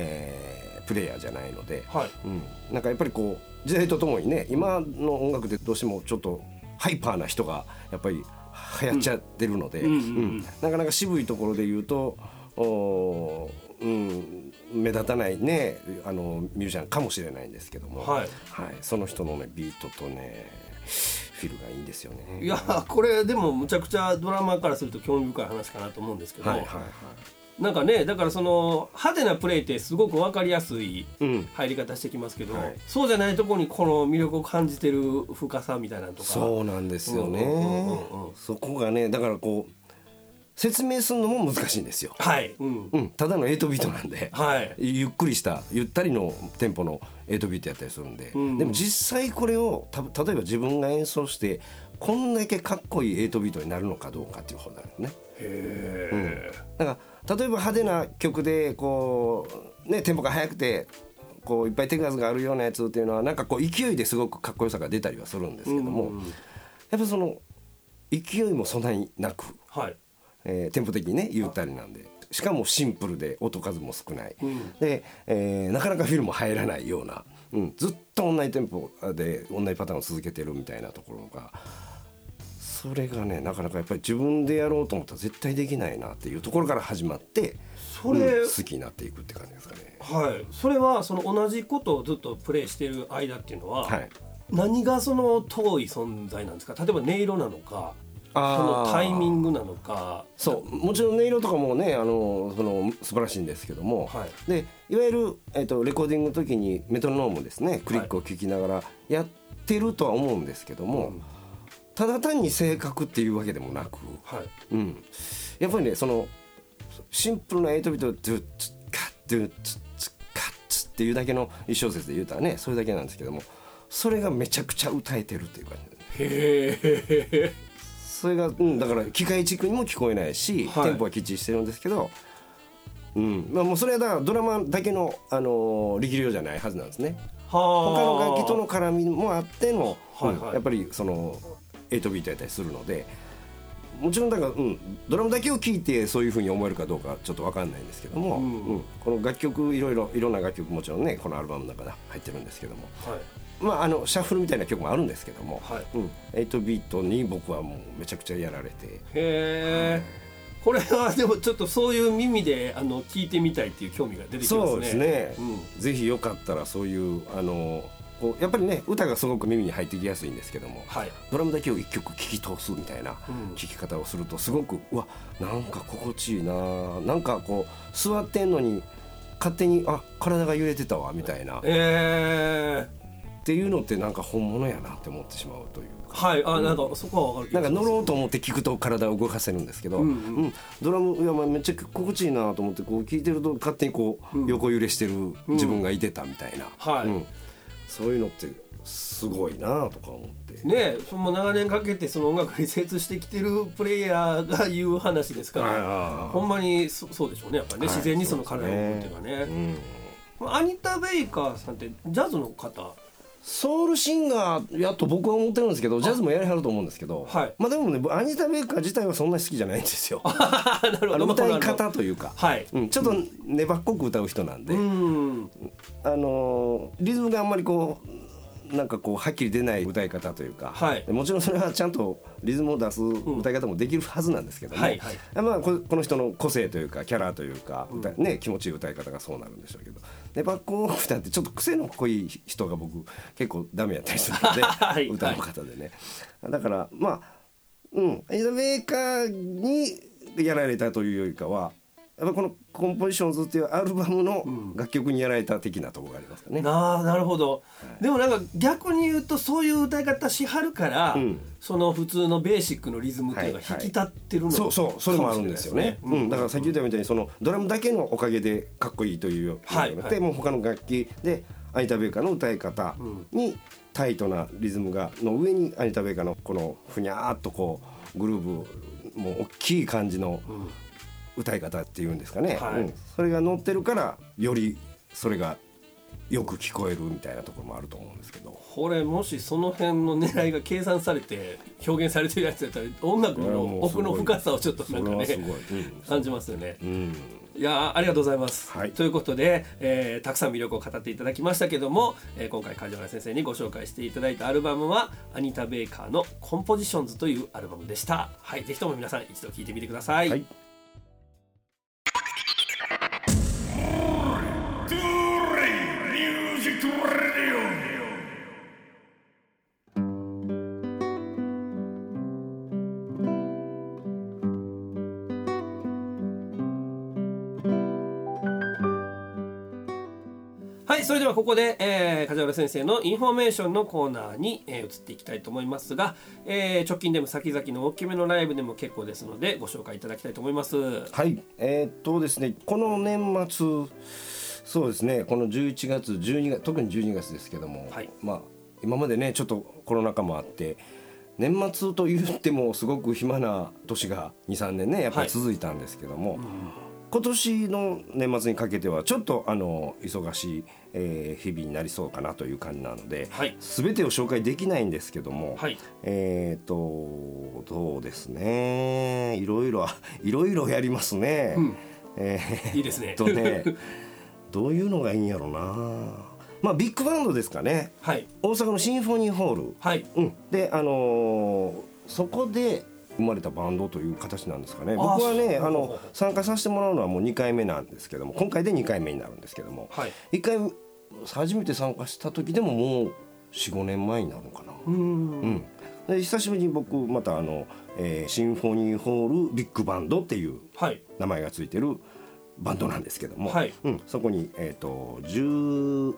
Speaker 5: えープレイヤーじゃないので、
Speaker 2: はい
Speaker 5: うん、なんかやっぱりこう時代とともにね今の音楽でどうしてもちょっとハイパーな人がやっぱり流行っちゃってるので、うんなかなか渋いところで言うとおー、うん、目立たないねあのミュージシャンかもしれないんですけども、
Speaker 2: はい
Speaker 5: はいその人の、ね、ビートとねフィルがいいんですよね。
Speaker 2: いやこれでもむちゃくちゃドラマからすると興味深い話かなと思うんですけど、
Speaker 5: はいはいはい
Speaker 2: なんかねだからその派手なプレーってすごく分かりやすい
Speaker 5: うん
Speaker 2: 入り方してきますけど、
Speaker 5: はい
Speaker 2: そうじゃないところにこの魅力を感じてる深さみたいなのとか
Speaker 5: そうなんですよね、
Speaker 2: うんうんうんうん
Speaker 5: そこがねだからこう説明するのも難しいんですよ、
Speaker 2: はい、うん、
Speaker 5: うん、ただの8ビートなんで、
Speaker 2: はい
Speaker 5: ゆっくりしたゆったりのテンポの8ビートやったりするんで、
Speaker 2: ん
Speaker 5: でも実際これをた例えば自分が演奏してこんだけかっこいい8ビートになるのかどうかっていう方なんですね。うん、だから例えば派手な曲でこう、ね、テンポが速くてこういっぱい手数があるようなやつっていうのはなんかこう勢いですごくかっこよさが出たりはするんですけども、やっぱその勢いもそんなになく。
Speaker 2: はい
Speaker 5: えー、テンポ的にねゆったりなんでしかもシンプルで音数も少ない、で、えーなかなかフィルも入らないような、うん、ずっと同じテンポで同じパターンを続けてるみたいなところがそれがねなかなかやっぱり自分でやろうと思ったら絶対できないなっていうところから始まって
Speaker 2: それ
Speaker 5: うん好きになっていくって感じですかね。
Speaker 2: はいそれはその同じことをずっとプレイしてる間っていうのは、
Speaker 5: はい
Speaker 2: 何がその遠い存在なんですか例えば音色なのかそ
Speaker 5: あー
Speaker 2: のタイミングなのか
Speaker 5: そうもちろん音色とかもねあのその素晴らしいんですけども、、
Speaker 2: はい
Speaker 5: でいわゆる、えっとレコーディングの時にメトロノームですねクリックを聞きながらやってるとは思うんですけども、ただ単に正確っていうわけでもなく、
Speaker 2: はい
Speaker 5: うん、やっぱりねそのシンプルな8ビートでドゥッツッカッドゥッツッツッカッツッっていうだけの一小節で言うたらねそれだけなんですけどもそれがめちゃくちゃ歌えてるっていう感じ
Speaker 2: へ [LAUGHS] え
Speaker 5: それが、うん、だから機械軸にも聞こえないし、
Speaker 2: はい
Speaker 5: テンポはきっちりしてるんですけど、うんまあ、もうそれはだからドラマだけの、あのー力量じゃないはずなんですね他の楽器との絡みもあっての、
Speaker 2: はいはい
Speaker 5: うんやっぱりその8ビートやったりするのでもちろんだから、うん、ドラムだけを聴いてそういうふうに思えるかどうかはちょっと分かんないんですけども、
Speaker 2: うん
Speaker 5: うんこの楽曲いろいろいろんな楽曲もちろんねこのアルバムの中で入ってるんですけども、
Speaker 2: はい
Speaker 5: まあ、あのシャッフルみたいな曲もあるんですけども、
Speaker 2: はい
Speaker 5: うん、8ビートに僕はもうめちゃくちゃやられて
Speaker 2: へえ、これはでもちょっとそういう耳であの聞いてみたいっていう興味が出てきますね。
Speaker 5: そうですね、
Speaker 2: う
Speaker 5: ぜひよかったらそういうあのこうやっぱりね歌がすごく耳に入ってきやすいんですけども、
Speaker 2: はい
Speaker 5: ドラムだけを一曲聴き通すみたいな
Speaker 2: うん
Speaker 5: 聴き方をするとすごく、うわなんか心地いいななんかこう座ってんのに勝手にあ体が揺れてたわみたいなっ
Speaker 2: ええ
Speaker 5: ていうのってなんか本物やなって思ってしまうというか。
Speaker 2: はいあなんかそこはわかる気
Speaker 5: な
Speaker 2: が
Speaker 5: ん
Speaker 2: し
Speaker 5: か
Speaker 2: ます。
Speaker 5: 乗ろうと思って聞くと体を動かせるんですけど、
Speaker 2: う
Speaker 5: うんん
Speaker 2: うん
Speaker 5: ドラムいやまあめっちゃ心地いいなと思ってこう聞いてると勝手にこう横揺れしてる自分がいてたみたいな、
Speaker 2: はい
Speaker 5: うんそういうのってすごいなとか思って、
Speaker 2: ねその長年かけてその音楽に精通してきてるプレイヤーが言う話ですから、
Speaker 5: はいはいはい
Speaker 2: ほんまにそそうでしょうねやっぱりね、
Speaker 5: はい
Speaker 2: 自然にその体を動くっていうか
Speaker 5: う
Speaker 2: ね、
Speaker 5: ん、
Speaker 2: アニタ・ベイカーさんってジャズの方 [LAUGHS]
Speaker 5: ソウルシンガーやと僕は思ってるんですけどジャズもやりはると思うんですけど、
Speaker 2: はい
Speaker 5: まあでもね僕アニタ・ベイカー自体はそんなに好きじゃないんですよ
Speaker 2: [LAUGHS] あなるほ
Speaker 5: あ
Speaker 2: ど
Speaker 5: の歌い
Speaker 2: まあこの
Speaker 5: 方というか、
Speaker 2: はい
Speaker 5: うん、ちょっと粘っこく歌う人なんで、
Speaker 2: うん
Speaker 5: あのーリズムがあんまりこうなんかこうはっきり出ない歌い方というか、
Speaker 2: はい
Speaker 5: もちろんそれはちゃんとリズムを出す歌い方もできるはずなんですけども、
Speaker 2: はいはい
Speaker 5: まあ、ここの人の個性というかキャラというか、歌ね、気持ちいい歌い方がそうなるんでしょうけどでバックオフだってちょっと癖の濃い人が僕結構ダメやったりするの
Speaker 2: [LAUGHS]
Speaker 5: で、
Speaker 2: はい
Speaker 5: 歌の方でね。だからまあうん、エイドメーカーにやられたというよりかはやっぱこの「コンポジションズ」っていうアルバムの楽曲にやられた的なところがありますかね。
Speaker 2: なあなるほど、でもなんか逆に言うとそういう歌い方しはるから、
Speaker 5: ん
Speaker 2: その普通のベーシックのリズムっていうのが引き立ってるの
Speaker 5: そうそうそれもあるんですよね
Speaker 2: かもしれないですね
Speaker 5: うん、だからさっき言ったみたいにそのドラムだけのおかげでかっこいいというよ
Speaker 2: はい
Speaker 5: で、
Speaker 2: はい
Speaker 5: もう他の楽器でアニタ・ベイカーの歌い方にタイトなリズムがの上にアニタ・ベイカーのこのふにゃーっとこうグルーブもう大きい感じの歌い方っていうんですかね、
Speaker 2: はい
Speaker 5: うんそれが乗ってるからよりそれがよく聞こえるみたいなところもあると思うんですけど。
Speaker 2: これもしその辺の狙いが計算されて表現されてるやつだったら音楽
Speaker 5: いや
Speaker 2: の
Speaker 5: もうす
Speaker 2: 奥
Speaker 5: ごい
Speaker 2: の深さをちょっとなんかね
Speaker 5: それはすごいうん
Speaker 2: 感じますよね。
Speaker 5: うん
Speaker 2: いやーありがとうございます、
Speaker 5: はい
Speaker 2: ということで、えーたくさん魅力を語っていただきましたけども、えー今回梶原先生にご紹介していただいたアルバムはアニタ・ベイカーの「コンポジションズ」というアルバムでしたはいぜひとも皆さん一度聴いてみてください、
Speaker 5: はい
Speaker 1: Tory Music Radio.
Speaker 2: はい、それではここで、えー、梶原先生のインフォメーションのコーナーに、えー移っていきたいと思いますが、えー直近でも先々の大きめのライブでも結構ですのでご紹介いただきたいと思います。
Speaker 5: はい、えーっとですね、この年末、そうですね、この11月、12月、特に12月ですけども、
Speaker 2: はい
Speaker 5: まあ今までね、ちょっとコロナ禍もあって、年末と言ってもすごく暇な年が2、3年ね、やっぱ
Speaker 2: はい
Speaker 5: り続いたんですけども、今年の年末にかけてはちょっとあの忙しい、えー日々になりそうかなという感じなので、
Speaker 2: はい
Speaker 5: すべ全てを紹介できないんですけども、
Speaker 2: はい
Speaker 5: えっ、とどうですねいろ [LAUGHS] いろいろいろやりますね、えー
Speaker 2: いいですね
Speaker 5: えっとねどういうのがいいんやろうなまあビッグバンドですかね
Speaker 2: [LAUGHS] はい、
Speaker 5: 大阪のシンフォニーホール、
Speaker 2: はい、
Speaker 5: うん、であのーそこで生まれたバンドという形なんですかね
Speaker 2: あー
Speaker 5: 僕はね
Speaker 2: そう
Speaker 5: あの参加させてもらうのはもう2回目なんですけども今回で2回目になるんですけども、
Speaker 2: はい
Speaker 5: 一回初めて参加した時でももう45年前になるのかな。
Speaker 2: うん、
Speaker 5: うん、で久しぶりに僕またあの、えーシンフォニーホールビッグバンドっていう
Speaker 2: はい、
Speaker 5: 名前がついてるバンドなんですけども、
Speaker 2: はい
Speaker 5: うん、そこに、えー、と12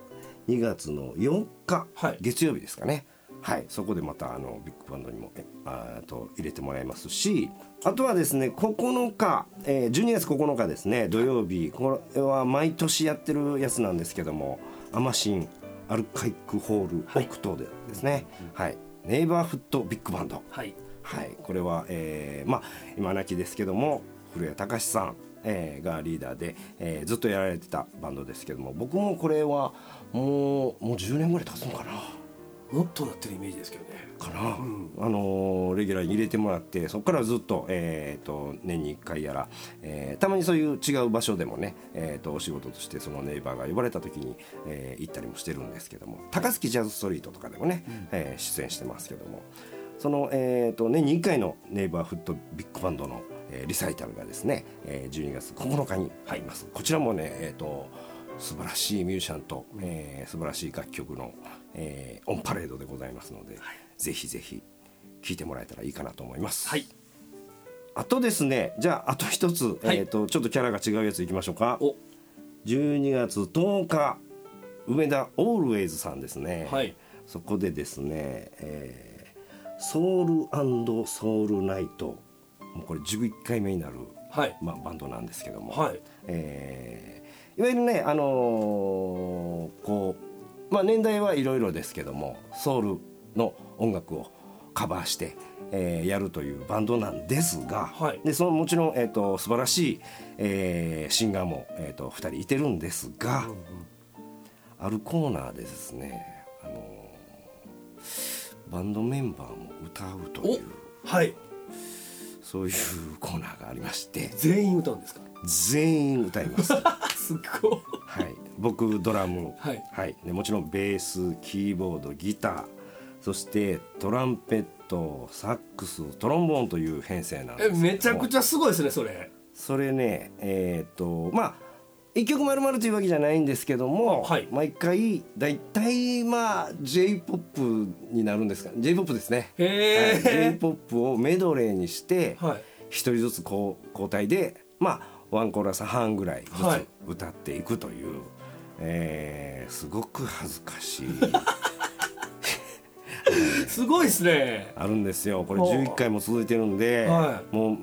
Speaker 5: 月の4日、
Speaker 2: はい
Speaker 5: 月曜日ですかね、はい、そこでまたあのビッグバンドにもえあーっと入れてもらいますしあとはですね9日、えー12月9日ですね土曜日これは毎年やってるやつなんですけども「アマシンアルカイックホール
Speaker 2: はい
Speaker 5: 奥東でですね、はい、ネイバーフットビッグバンド。
Speaker 2: はい、
Speaker 5: はい、これは、えーまあ今亡きですけども古谷隆さん、えーがリーダーで、えーずっとやられてたバンドですけども僕もこれはもうもう10年ぐらい経つのかな
Speaker 2: もっとなってるイメージですけどね。
Speaker 5: かな、あのーレギュラーに入れてもらってそこからずっと,、えー、と年に1回やら、えーたまにそういう違う場所でもね、えー、とお仕事としてそのネイバーが呼ばれた時に、えー行ったりもしてるんですけども高槻ジャズストリートとかでもね、えー出演してますけどもその、えー、と年に1回のネイバーフットビッグバンドの、えーリサイタルがですね、えー12月9日にあります。こちらもね、えー、と素晴らしいミュージシャンと、えー素晴らしい楽曲の、えーオンパレードでございますので、ぜひぜひ聴いてもらえたらいいかなと思います。
Speaker 2: はい、
Speaker 5: あとですねじゃああと一つ、
Speaker 2: はい
Speaker 5: えー、とちょっとキャラが違うやついきましょうか
Speaker 2: お、
Speaker 5: 12月10日梅田オールウェイズさんですね、
Speaker 2: はい
Speaker 5: そこでですね、えーソウルソウルナイトもうこれ11回目になる、
Speaker 2: はい
Speaker 5: まあ、バンドなんですけども、
Speaker 2: はい、
Speaker 5: えーいわゆるねあのーこう、まあ、年代はいろいろですけどもソウルの音楽をカバーして、えーやるというバンドなんですが、
Speaker 2: はい
Speaker 5: でそのもちろん、えー、と素晴らしい、えーシンガーも、えー、と2人いてるんですが、あるコーナーでですね、あのーバンドメンバーも歌うという
Speaker 2: お、はい、
Speaker 5: そういうコーナーがありまして
Speaker 2: 全員歌うんですか。 [LAUGHS]
Speaker 5: 全員歌います。
Speaker 2: あ、すっごい。
Speaker 5: はい、僕ドラム、
Speaker 2: はい
Speaker 5: でもちろんベースキーボードギターそしてトランペットサックストロンボーンという編成なん
Speaker 2: え、
Speaker 5: ですけども
Speaker 2: めちゃくちゃすごいですね、それ。
Speaker 5: それねえっ、とまあ一曲まるまるというわけじゃないんですけども、
Speaker 2: はい
Speaker 5: 毎回だいたいまあ j p o p になるんですか j p o p ですね、
Speaker 2: へー
Speaker 5: j p o p をメドレーにして、
Speaker 2: はい
Speaker 5: 一人ずつこう交代でまあワンコーラス半ぐらいず
Speaker 2: はい
Speaker 5: つ歌っていくという、えーすごく恥ずかしい
Speaker 2: すごいですね
Speaker 5: あるんですよこれ
Speaker 2: ほう
Speaker 5: 11回も続いてるんで、
Speaker 2: は
Speaker 5: もう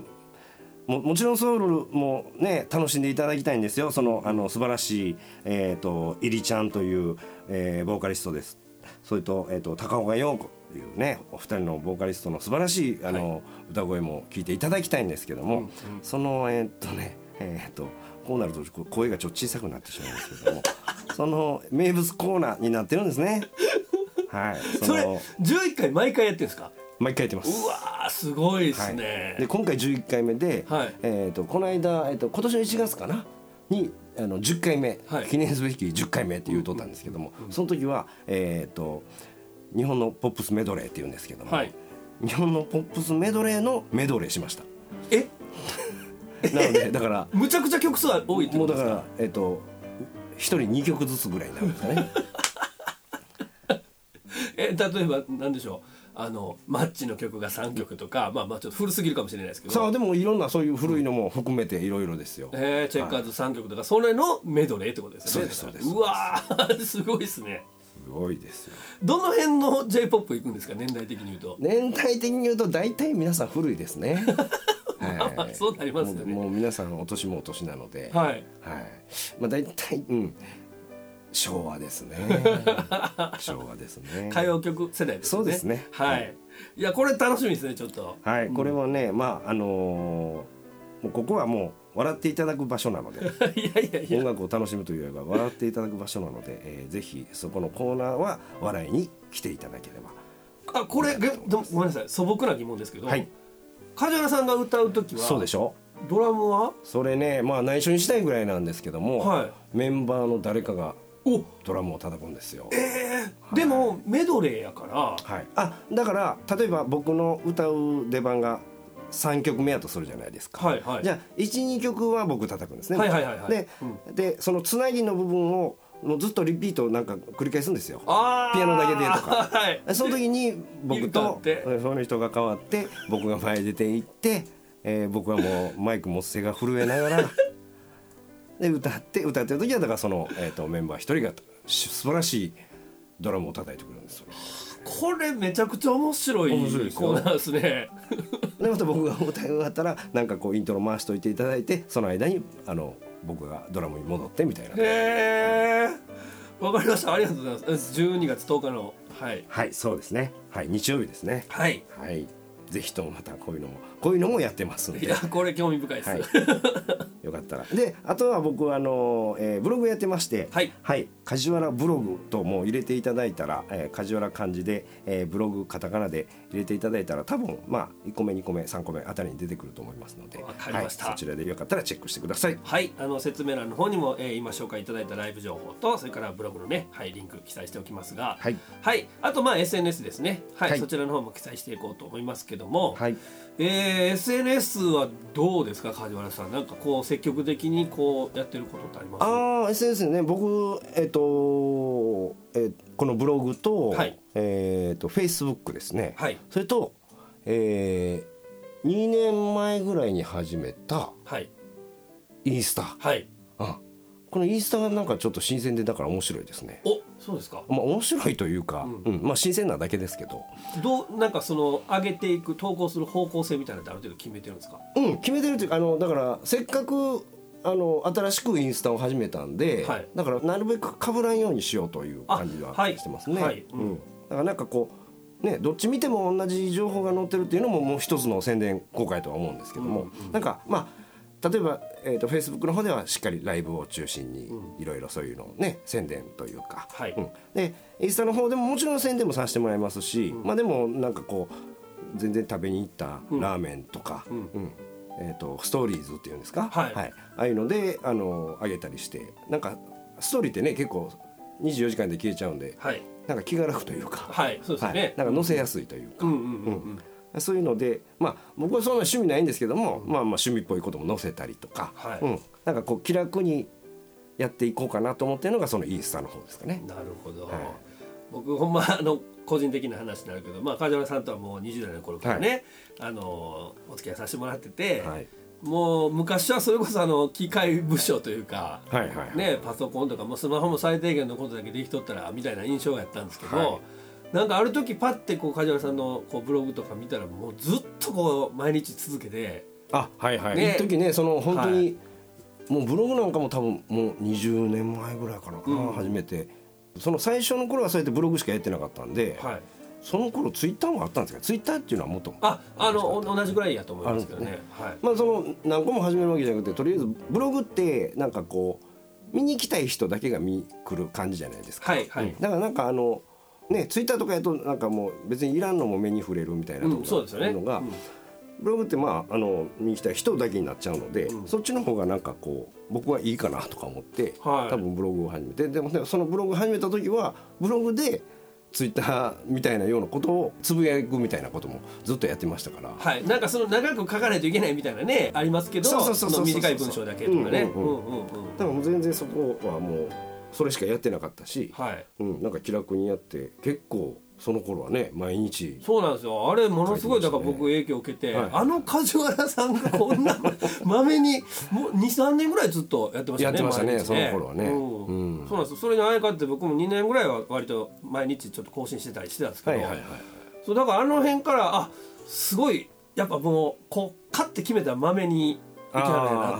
Speaker 5: ももちろんソウルもね楽しんでいただきたいんですよそのあの素晴らしい、えー、とイリちゃんという、えーボーカリストですそれと,、えー、と高岡陽子というねお二人のボーカリストの素晴らしいあの、歌声も聞いていただきたいんですけども、そのえっ、とねえっ、とこうなるとこ声がちょっと小さくなってしまうんですけどもその名物コーナーになってるんですね。はい、
Speaker 2: それ
Speaker 5: の
Speaker 2: 11回毎回やってるんですか
Speaker 5: 毎回やってます。
Speaker 2: うわーすごいです
Speaker 5: は
Speaker 2: ね
Speaker 5: い、で今回11回目で、
Speaker 2: はい
Speaker 5: えー、とこの間、えー、と今年の1月かなにあの10回目、
Speaker 2: はい
Speaker 5: 記念すべき10回目って言うとったんですけども、その時は、えー、と日本のポップスメドレーっていうんですけども、
Speaker 2: はい
Speaker 5: 日本のポップスメドレーのメドレーしました
Speaker 2: え
Speaker 5: な
Speaker 2: [LAUGHS]
Speaker 5: のでだから
Speaker 2: むちゃくちゃ曲数は多いって
Speaker 5: も
Speaker 2: こ
Speaker 5: う
Speaker 2: と
Speaker 5: だ
Speaker 2: で
Speaker 5: か
Speaker 2: すから
Speaker 5: えっ、と1人2曲ずつぐらいになるんですか
Speaker 2: [LAUGHS]
Speaker 5: ね
Speaker 2: え例えば何でしょうあのマッチの曲が3曲とかまあまあちょっと古すぎるかもしれないですけ
Speaker 5: さあ
Speaker 2: ど
Speaker 5: でもいろんなそういう古いのも含めていろいろですよ、
Speaker 2: えー、チェッカーズ3曲とかそれのメドレーってことですよね
Speaker 5: そうです
Speaker 2: だからうわーすごいですね
Speaker 5: すごいですよ
Speaker 2: どの辺の j p o p いくんですか年代的に言うと
Speaker 5: 年代的に言うと大体皆さん古いで
Speaker 2: [LAUGHS]
Speaker 5: すね。
Speaker 2: まあそうなりますよね
Speaker 5: もうもう皆さんお年もお年なので、
Speaker 2: はい
Speaker 5: はい。まあ大体うん昭和で
Speaker 2: [LAUGHS]
Speaker 5: すね。昭和ですね。
Speaker 2: 歌謡曲世代ですね
Speaker 5: そうですね
Speaker 2: はい、い、やこれ楽しみですねちょっと [LAUGHS]
Speaker 5: はい、これはね、まああのーもうここはもう笑っていただく場所なので。
Speaker 2: いやいやいや
Speaker 5: 音楽を楽しむといえば笑っていただく場所なので、えーぜひそこのコーナーは笑いに来ていただければ
Speaker 2: あこれげでもごめんなさい素朴な疑問ですけど、
Speaker 5: はい
Speaker 2: 梶原さんが歌う時は
Speaker 5: そうでしょ
Speaker 2: ドラムは
Speaker 5: それねまあ内緒にしたいぐらいなんですけども、
Speaker 2: はい
Speaker 5: メンバーの誰かが
Speaker 2: お
Speaker 5: ドラムを叩くんですよ。
Speaker 2: でもメドレーやから
Speaker 5: はい、あだから例えば僕の歌う出番が3曲目やとするじゃないですか、
Speaker 2: はいはい
Speaker 5: じゃあ12曲は僕叩くんですね、
Speaker 2: はいはいはいはい
Speaker 5: で,、でそのつなぎの部分をもうずっとリピートをなんか繰り返すんですよ
Speaker 2: あー
Speaker 5: ピアノだけでとか
Speaker 2: はい
Speaker 5: その時に僕
Speaker 2: 歌
Speaker 5: と
Speaker 2: って
Speaker 5: その人が変わって僕が前に出て行って、えー僕はもうマイク持つ手が震えながら [LAUGHS] で歌って歌ってる時はだからその、えー、とメンバー一人がし素晴らしいドラムを叩いてくる
Speaker 2: [LAUGHS]
Speaker 5: んですよ
Speaker 2: これめちゃくちゃ面白い
Speaker 5: 面白いですよ
Speaker 2: コーナーですね
Speaker 5: でまた僕が歌い終わったらなんかこうイントロ回しといていただいてその間にあの僕がドラムに戻ってみたいな
Speaker 2: へえわかりましたありがとうございます12月10日のはい
Speaker 5: はいそうですねはい日曜日ですね
Speaker 2: はい
Speaker 5: はいぜひともまたこういうのもこういうのもやってますん
Speaker 2: い
Speaker 5: で
Speaker 2: やこれ興味深いです、
Speaker 5: はい
Speaker 2: [LAUGHS]
Speaker 5: よかったらであとは僕はあの、えーブログやってまして
Speaker 2: はい
Speaker 5: 梶原ブログともう入れていただいたら、えー、梶原漢字で、えーブログカタカナで入れていただいたら多分まあ1個目2個目3個目あたりに出てくると思いますので
Speaker 2: わかりました
Speaker 5: はい、そちらでよかったらチェックしてください
Speaker 2: はい、あの説明欄の方にも、えー今紹介いただいたライブ情報とそれからブログのね、はい、リンク記載しておきますが、
Speaker 5: はい
Speaker 2: あとまあ SNS ですね、はい
Speaker 5: はい
Speaker 2: そちらの方も記載していこうと思いますけども、
Speaker 5: はい
Speaker 2: えー SNS はどうですか梶原さんなんかこう積極的にこうやってることってあります
Speaker 5: ああ SNS ね僕えっ、と、えーこのブログと、
Speaker 2: はい
Speaker 5: えっ、と Facebook ですね、
Speaker 2: はい
Speaker 5: それと、えー、2年前ぐらいに始めた
Speaker 2: はい
Speaker 5: イースター
Speaker 2: はい
Speaker 5: あこのイースターがなんかちょっと新鮮でだから面白いですね
Speaker 2: おそうですか
Speaker 5: まあ面白いというか、うんまあ新鮮なだけですけど
Speaker 2: どうなんかその上げていく投稿する方向性みたいなのってある程度決めてるんですか
Speaker 5: うん決めてるというかあのだからせっかくあの新しくインスタを始めたんで、
Speaker 2: はい
Speaker 5: だからなるべく被らんようにしようという感じは
Speaker 2: あはい
Speaker 5: してますね。
Speaker 2: はい
Speaker 5: うんだからなんかこうねどっち見ても同じ情報が載ってるっていうのももう一つの宣伝公開とは思うんですけども、なんかまあ例えば、えー、と Facebook の方ではしっかりライブを中心にいろいろそういうのをね宣伝というか、
Speaker 2: はい
Speaker 5: うんでインスタの方でももちろん宣伝もさせてもらいますし、まあでもなんかこう全然食べに行ったラーメンとか、うんえー、とストーリーズっていうんですか、
Speaker 2: はい
Speaker 5: ああいうのであの上げたりしてなんかストーリーってね結構24時間で消えちゃうんで、
Speaker 2: はい
Speaker 5: なんか気が楽というか、
Speaker 2: はいそうですよね、
Speaker 5: はいなんか載せやすいというか、
Speaker 2: うんうんうんうん
Speaker 5: そういうので、まあ、僕はそんな趣味ないんですけども、まあ、まあ趣味っぽいことも載せたりとか、
Speaker 2: はい
Speaker 5: うん、なんかこう気楽にやっていこうかなと思ってるのがそのインスタの方ですかね。
Speaker 2: なるほど、
Speaker 5: はい
Speaker 2: 僕ほんまあの個人的な話になるけど、まあ、梶原さんとはもう20代の頃からね、あのお付き合いさせてもらってて、
Speaker 5: はい
Speaker 2: もう昔はそれこそあの機械部署というか、
Speaker 5: はいはいはい
Speaker 2: ね、パソコンとかもうスマホも最低限のことだけできとったらみたいな印象やったんですけど、
Speaker 5: は
Speaker 2: なんかある時パッてこう梶原さんのこうブログとか見たらもうずっとこう毎日続けて
Speaker 5: あはいはい
Speaker 2: ね
Speaker 5: 一時ねその本当に、
Speaker 2: はい
Speaker 5: もうブログなんかも多分もう20年前ぐらいからかな、初めてその最初の頃はそうやってブログしかやってなかったんで、
Speaker 2: はい、
Speaker 5: その頃ツイッターもあったんですけどツイッターっていうのはもっと
Speaker 2: ああのお同じぐらいやと思いますけどね
Speaker 5: ある
Speaker 2: はい、
Speaker 5: まあその何個も始めるわけじゃなくてとりあえずブログってなんかこう見に来たい人だけが見来る感じじゃないですか、
Speaker 2: はいはい
Speaker 5: だからなんかあのねツイッターとかやるとなんかもう別にいらんのも目に触れるみたいなところ
Speaker 2: うんそうですよね
Speaker 5: のが、
Speaker 2: うん
Speaker 5: ブログってまああの見に来たい人だけになっちゃうので、
Speaker 2: うん
Speaker 5: そっちの方がなんかこう僕はいいかなとか思って、
Speaker 2: はい
Speaker 5: 多分ブログを始めてでもねそのブログ始めた時はブログでツイッターみたいなようなことをつぶやくみたいなこともずっとやってましたから。
Speaker 2: はい、なんかその長く書かないといけないみたいなねありますけど
Speaker 5: そうそうそうそう
Speaker 2: の短い文章だけとかねう
Speaker 5: うんん
Speaker 2: う
Speaker 5: うん
Speaker 2: うん
Speaker 5: だからもう全然そこはもうそれしかやってなかったし、
Speaker 2: はい
Speaker 5: うん、なんか気楽にやって結構その頃はね毎日
Speaker 2: そうなんですよあれものすごいだから僕
Speaker 5: 書
Speaker 2: 影響を受けて、
Speaker 5: はい
Speaker 2: あの梶原さんがこん
Speaker 5: [LAUGHS]
Speaker 2: なまめにもう23年ぐらいずっとやってましたね
Speaker 5: やってましたね
Speaker 2: 毎日
Speaker 5: その頃はね
Speaker 2: うん
Speaker 5: うん
Speaker 2: そうなんですよそれにあやかって僕も2年ぐらいは割と毎日ちょっと更新してたりしてたんですけど、そうだからあの辺からあすごいやっぱもうこう勝って決めたらまめにいけないなっていう、
Speaker 5: あ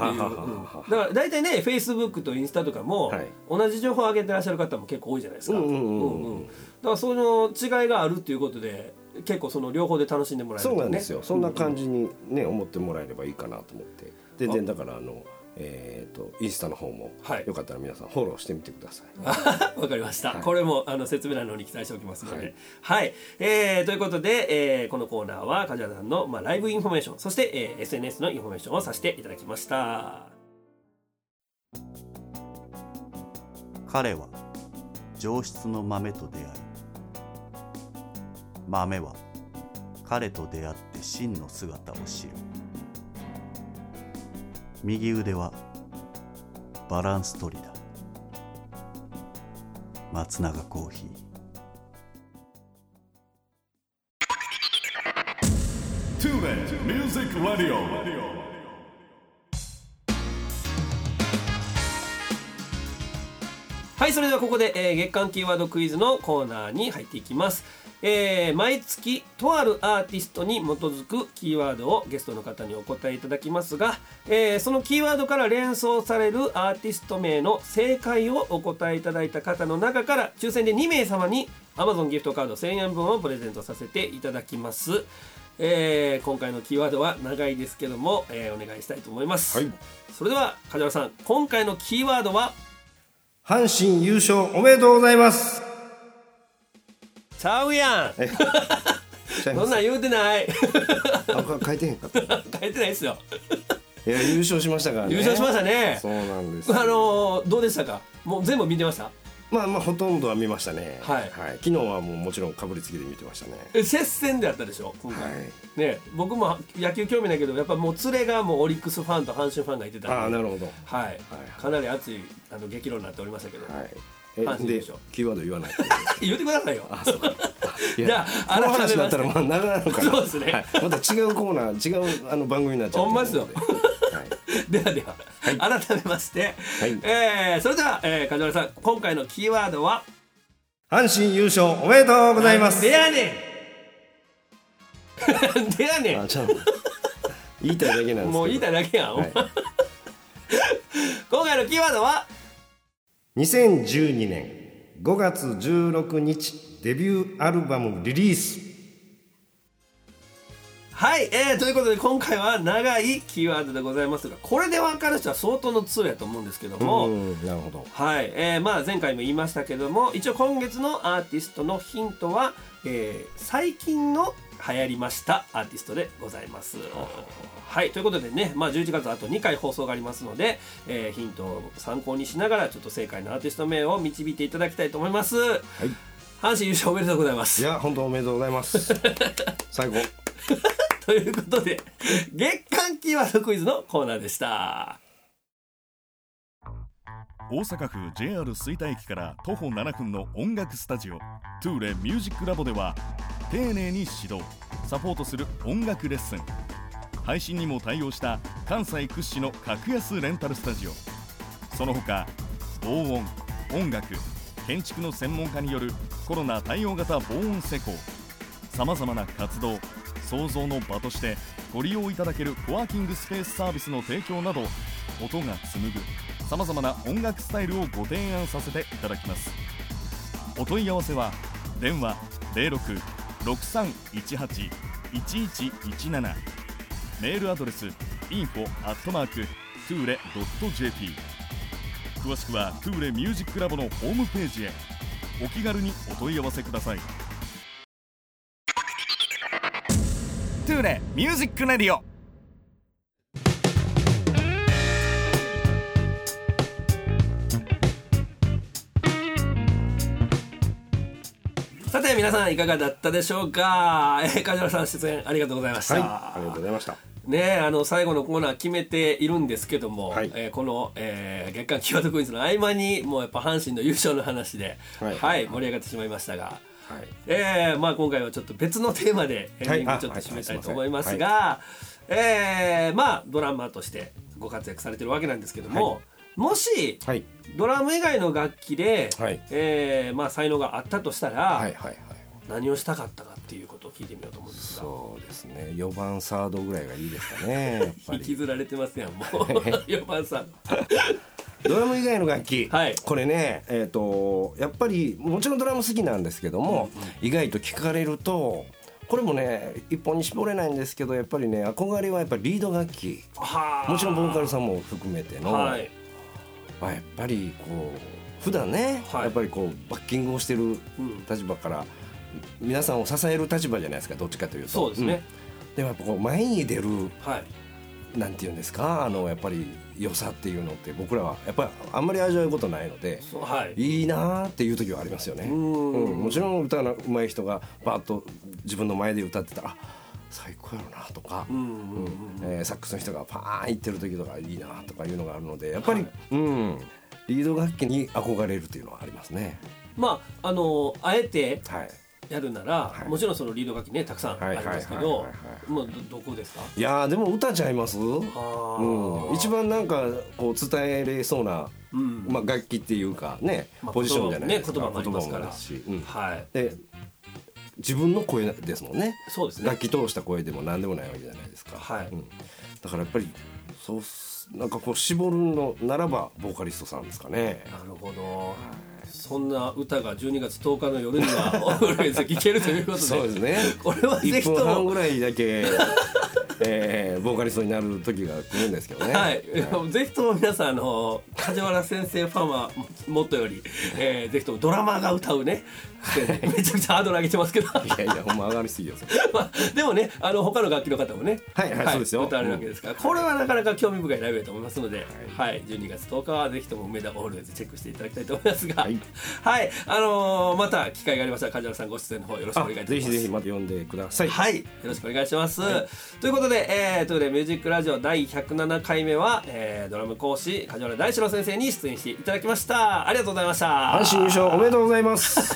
Speaker 5: ー
Speaker 2: うんだから大体ねフェイスブックとインスタとかも、
Speaker 5: はい
Speaker 2: 同じ情報を上げてらっしゃる方も結構多いじゃないですか、
Speaker 5: うんうんうんうん
Speaker 2: だからその違いがあるっていうことで結構その両方で楽しんでもらえる
Speaker 5: そうなんですよ、そんな感
Speaker 2: じ、
Speaker 5: じにね思ってもらえればいいかなと思って全然だからあのえっ、とインスタの方も、
Speaker 2: はい
Speaker 5: よかったら皆さんフォローしてみてください
Speaker 2: [LAUGHS] わかりました、これもあの説明欄の方に記載しておきますので、はいえーということで、えーこのコーナーは梶原さんの、まあ、ライブインフォメーションそして、えー SNS のインフォメーションをさせていただきました。
Speaker 3: 彼は上質の豆と出会い豆は彼と出会って真の姿を知る右腕はバランス取りだ松永コーヒー
Speaker 1: トゥーレミュージックラディオ
Speaker 2: はい、それではここで、えー月間キーワードクイズのコーナーに入っていきます。えー毎月とあるアーティストに基づくキーワードをゲストの方にお答えいただきますが、えーそのキーワードから連想されるアーティスト名の正解をお答えいただいた方の中から抽選で2名様に Amazon ギフトカード1000円分をプレゼントさせていただきます、えー今回のキーワードは長いですけども、えーお願いしたいと思います、
Speaker 5: はい
Speaker 2: それでは梶原さん今回のキーワードは
Speaker 5: 阪神優勝おめでとうございます
Speaker 2: 「ちゃうやん」
Speaker 5: ちゃ
Speaker 2: そ
Speaker 5: いま
Speaker 2: ん
Speaker 5: す
Speaker 2: なん言うてない。 [LAUGHS]
Speaker 5: あか書いてへんかったい
Speaker 2: 変えてないですよ。
Speaker 5: や優勝しましたからね
Speaker 2: 優勝しましたね
Speaker 5: そ。うなんですよ
Speaker 2: あのーどうでしたか。もう全部見てました。
Speaker 5: まあまあほとんどは見ましたね
Speaker 2: はい
Speaker 5: 昨日はもうもちろんかぶりつきで見てましたね
Speaker 2: え接戦であったでしょ。今
Speaker 5: は
Speaker 2: 回。
Speaker 5: い
Speaker 2: ね、僕も野球興味ないけど、やっぱもう連れがもうオリックスファンと阪神ファンがいてたんで。
Speaker 5: ああなるほど
Speaker 2: はい。
Speaker 5: はい
Speaker 2: かなり熱いあの激論になっておりましたけど。
Speaker 5: はい
Speaker 2: 阪神優
Speaker 5: えで
Speaker 2: 勝
Speaker 5: キーワード言わ
Speaker 2: [LAUGHS]
Speaker 5: ない
Speaker 2: 言ってくださいよ。
Speaker 5: いや
Speaker 2: じゃあ
Speaker 5: この
Speaker 2: 改め
Speaker 5: 話だ
Speaker 2: ま
Speaker 5: っ
Speaker 2: したて
Speaker 5: ら。まあ長なのかな
Speaker 2: そうですね
Speaker 5: はい、また違うコーナー違うあの番組になっちゃう
Speaker 2: ほんまっすよ
Speaker 5: と思うのではい
Speaker 2: [LAUGHS] ではでは、改めまして、
Speaker 5: はい
Speaker 2: えーそれでは、えー、梶原さん今回のキーワードは
Speaker 5: 阪神優勝おめでとうございま
Speaker 2: 「
Speaker 5: す
Speaker 2: でやねん」 [LAUGHS] でやねん
Speaker 5: あちゃう言いたいだけなんですけど
Speaker 2: もう言いたいだけやん、
Speaker 5: はい
Speaker 2: [LAUGHS] 今回のキーワードは
Speaker 5: 2012年5月16日デビューアルバムリリース
Speaker 2: はい、えーということで今回は長いキーワードでございますがこれで分かる人は相当の通やと思うんですけども、
Speaker 5: うんなるほど
Speaker 2: はい、えーまあ、前回も言いましたけども一応今月のアーティストのヒントは、えー最近の流行りましたアーティストでございます。はいということでね、まあ、11月あと2回放送がありますので、えーヒントを参考にしながらちょっと正解のアーティスト名を導いていただきたいと思います。阪神優勝おめでとうございます
Speaker 5: い。や本当おめでとうございます
Speaker 2: [LAUGHS]
Speaker 5: 最後
Speaker 2: ということで月間キーワードクイズのコーナーでした
Speaker 1: 大阪府 JR 吹田駅から徒歩7分の音楽スタジオトゥーレミュージックラボでは丁寧に指導サポートする音楽レッスン配信にも対応した関西屈指の格安レンタルスタジオその他防音音楽建築の専門家によるコロナ対応型防音施工さまざまな活動創造の場としてご利用いただけるコワーキングスペースサービスの提供など音が紡ぐさまざまな音楽スタイルをご提案させていただきますお問い合わせは電話0663181117メールアドレス info at mark tule.jp 詳しくは Tule ミュージックラボのホームページへお気軽にお問い合わせください
Speaker 6: トゥーレミュージックレディオ
Speaker 2: さて皆さんいかがだったでしょうか、えー、梶原さん出演ありがとうございました、
Speaker 5: はいありがとうございました
Speaker 2: ねえあの最後のコーナー決めているんですけども、
Speaker 5: はい
Speaker 2: えーこの、えー月間キーワードクイズの合間にもうやっぱ阪神の優勝の話で、は
Speaker 5: はいい
Speaker 2: 盛り上がってしまいましたが、
Speaker 5: はい
Speaker 2: えーまあ、今回はちょっと別のテーマでエンデ
Speaker 5: はい
Speaker 2: ィング
Speaker 5: あ
Speaker 2: ちょっと締めたいと思
Speaker 5: はいい
Speaker 2: ますが、えーまあドラマーとしてご活躍されてるわけなんですけども、もし、
Speaker 5: はい
Speaker 2: ドラム以外の楽器で、
Speaker 5: はい
Speaker 2: えーまあ、才能があったとしたら、
Speaker 5: はいはいはい
Speaker 2: 何をしたかったかっていうことを聞いてみようと思うんですが
Speaker 5: そうですね4番サードぐらいがいいです
Speaker 2: [LAUGHS]
Speaker 5: かねやっぱ
Speaker 2: 引き
Speaker 5: り
Speaker 2: ずられてますやんもう4番さん
Speaker 5: ドラム以外の楽器、
Speaker 2: はい
Speaker 5: これねえっ、とやっぱりもちろんドラム好きなんですけども、意外と聞かれるとこれもね一本に絞れないんですけどやっぱりね憧れはやっぱりリード楽器もちろんボーカルさんも含めての、
Speaker 2: はい
Speaker 5: まあ、やっぱりこう普段ね、
Speaker 2: はい
Speaker 5: やっぱりこうバッキングをしてる
Speaker 2: うん
Speaker 5: 立場から、皆さんを支える立場じゃないですかどっちかというと
Speaker 2: そうですね、
Speaker 5: うんでもやっぱこう前に出る
Speaker 2: はい
Speaker 5: なんていうんですかあのやっぱり良さっていうのって僕らはやっぱりあんまり味わうことないので
Speaker 2: そうはい
Speaker 5: いいなーっていう時はありますよね、
Speaker 2: ん
Speaker 5: うんもちろん歌の上手い人がバーッと自分の前で歌ってたらあ最高やろなとか、
Speaker 2: うんうんうん
Speaker 5: えーサックスの人がパーンいってる時とかいいなとかいうのがあるのでやっぱり、うんリード楽器に憧れるというのはありますね。
Speaker 2: まああのあえて
Speaker 5: はい
Speaker 2: やるなら、
Speaker 5: はい
Speaker 2: もちろんそのリード楽器ねたくさんありますけ
Speaker 5: はい
Speaker 2: ど
Speaker 5: はいはいはいはい
Speaker 2: もうどどこですか
Speaker 5: いやーでも歌ちゃいます、うん、
Speaker 2: あ
Speaker 5: 一番なんかこう伝えれそうな、
Speaker 2: うん
Speaker 5: まあ、楽器っていうかね、
Speaker 2: まあ
Speaker 5: ポジションじゃないですか
Speaker 2: 言葉もね言葉もありますから
Speaker 5: 言葉もし、うん
Speaker 2: はい
Speaker 5: で自分の声ですもんね
Speaker 2: そうですね
Speaker 5: 楽器通した声でも何でもないわけじゃないですか、
Speaker 2: はい
Speaker 5: うんだからやっぱりそうすなんかこう絞るのならばボーカリストさんですかね
Speaker 2: なるほどそんな歌が12月10日の夜には
Speaker 5: [LAUGHS]
Speaker 2: オフラインで聴けるということで
Speaker 5: そうですね
Speaker 2: これはぜひ
Speaker 5: 1
Speaker 2: と
Speaker 5: 分半
Speaker 2: も
Speaker 5: ぐらいだけ、 [LAUGHS] えーボーカリストになる時が来るんですけどね、
Speaker 2: はい、ぜひとも皆さんあの梶原先生ファンはもっとより、えー、ぜひともドラマーが歌う
Speaker 5: [LAUGHS]
Speaker 2: ねめちゃくちゃハードル上げてますけど
Speaker 5: いやいやほんま上がりすぎですよ
Speaker 2: [LAUGHS] まあでもねあの他の楽器の方もね、
Speaker 5: はいはいそうですよ
Speaker 2: 歌われるわけですから、これはなかなか興味深いライブだと思いますので、はい12月10日はぜひとも梅田オールウェイズチェックしていただきたいと思いますがは
Speaker 5: はいい、
Speaker 2: あのーまた機会がありましたら梶原さんご出演の方よろしくお願いいたします。
Speaker 5: ぜひぜひまた呼んでください、
Speaker 2: はい、よろしくお願いします。ということで、えー、トゥーレミュージックラジオ第107回目は、えー、ドラム講師、梶原大志郎先生に出演していただきました。ありがとうございました。
Speaker 5: 阪神優勝おめでとうございます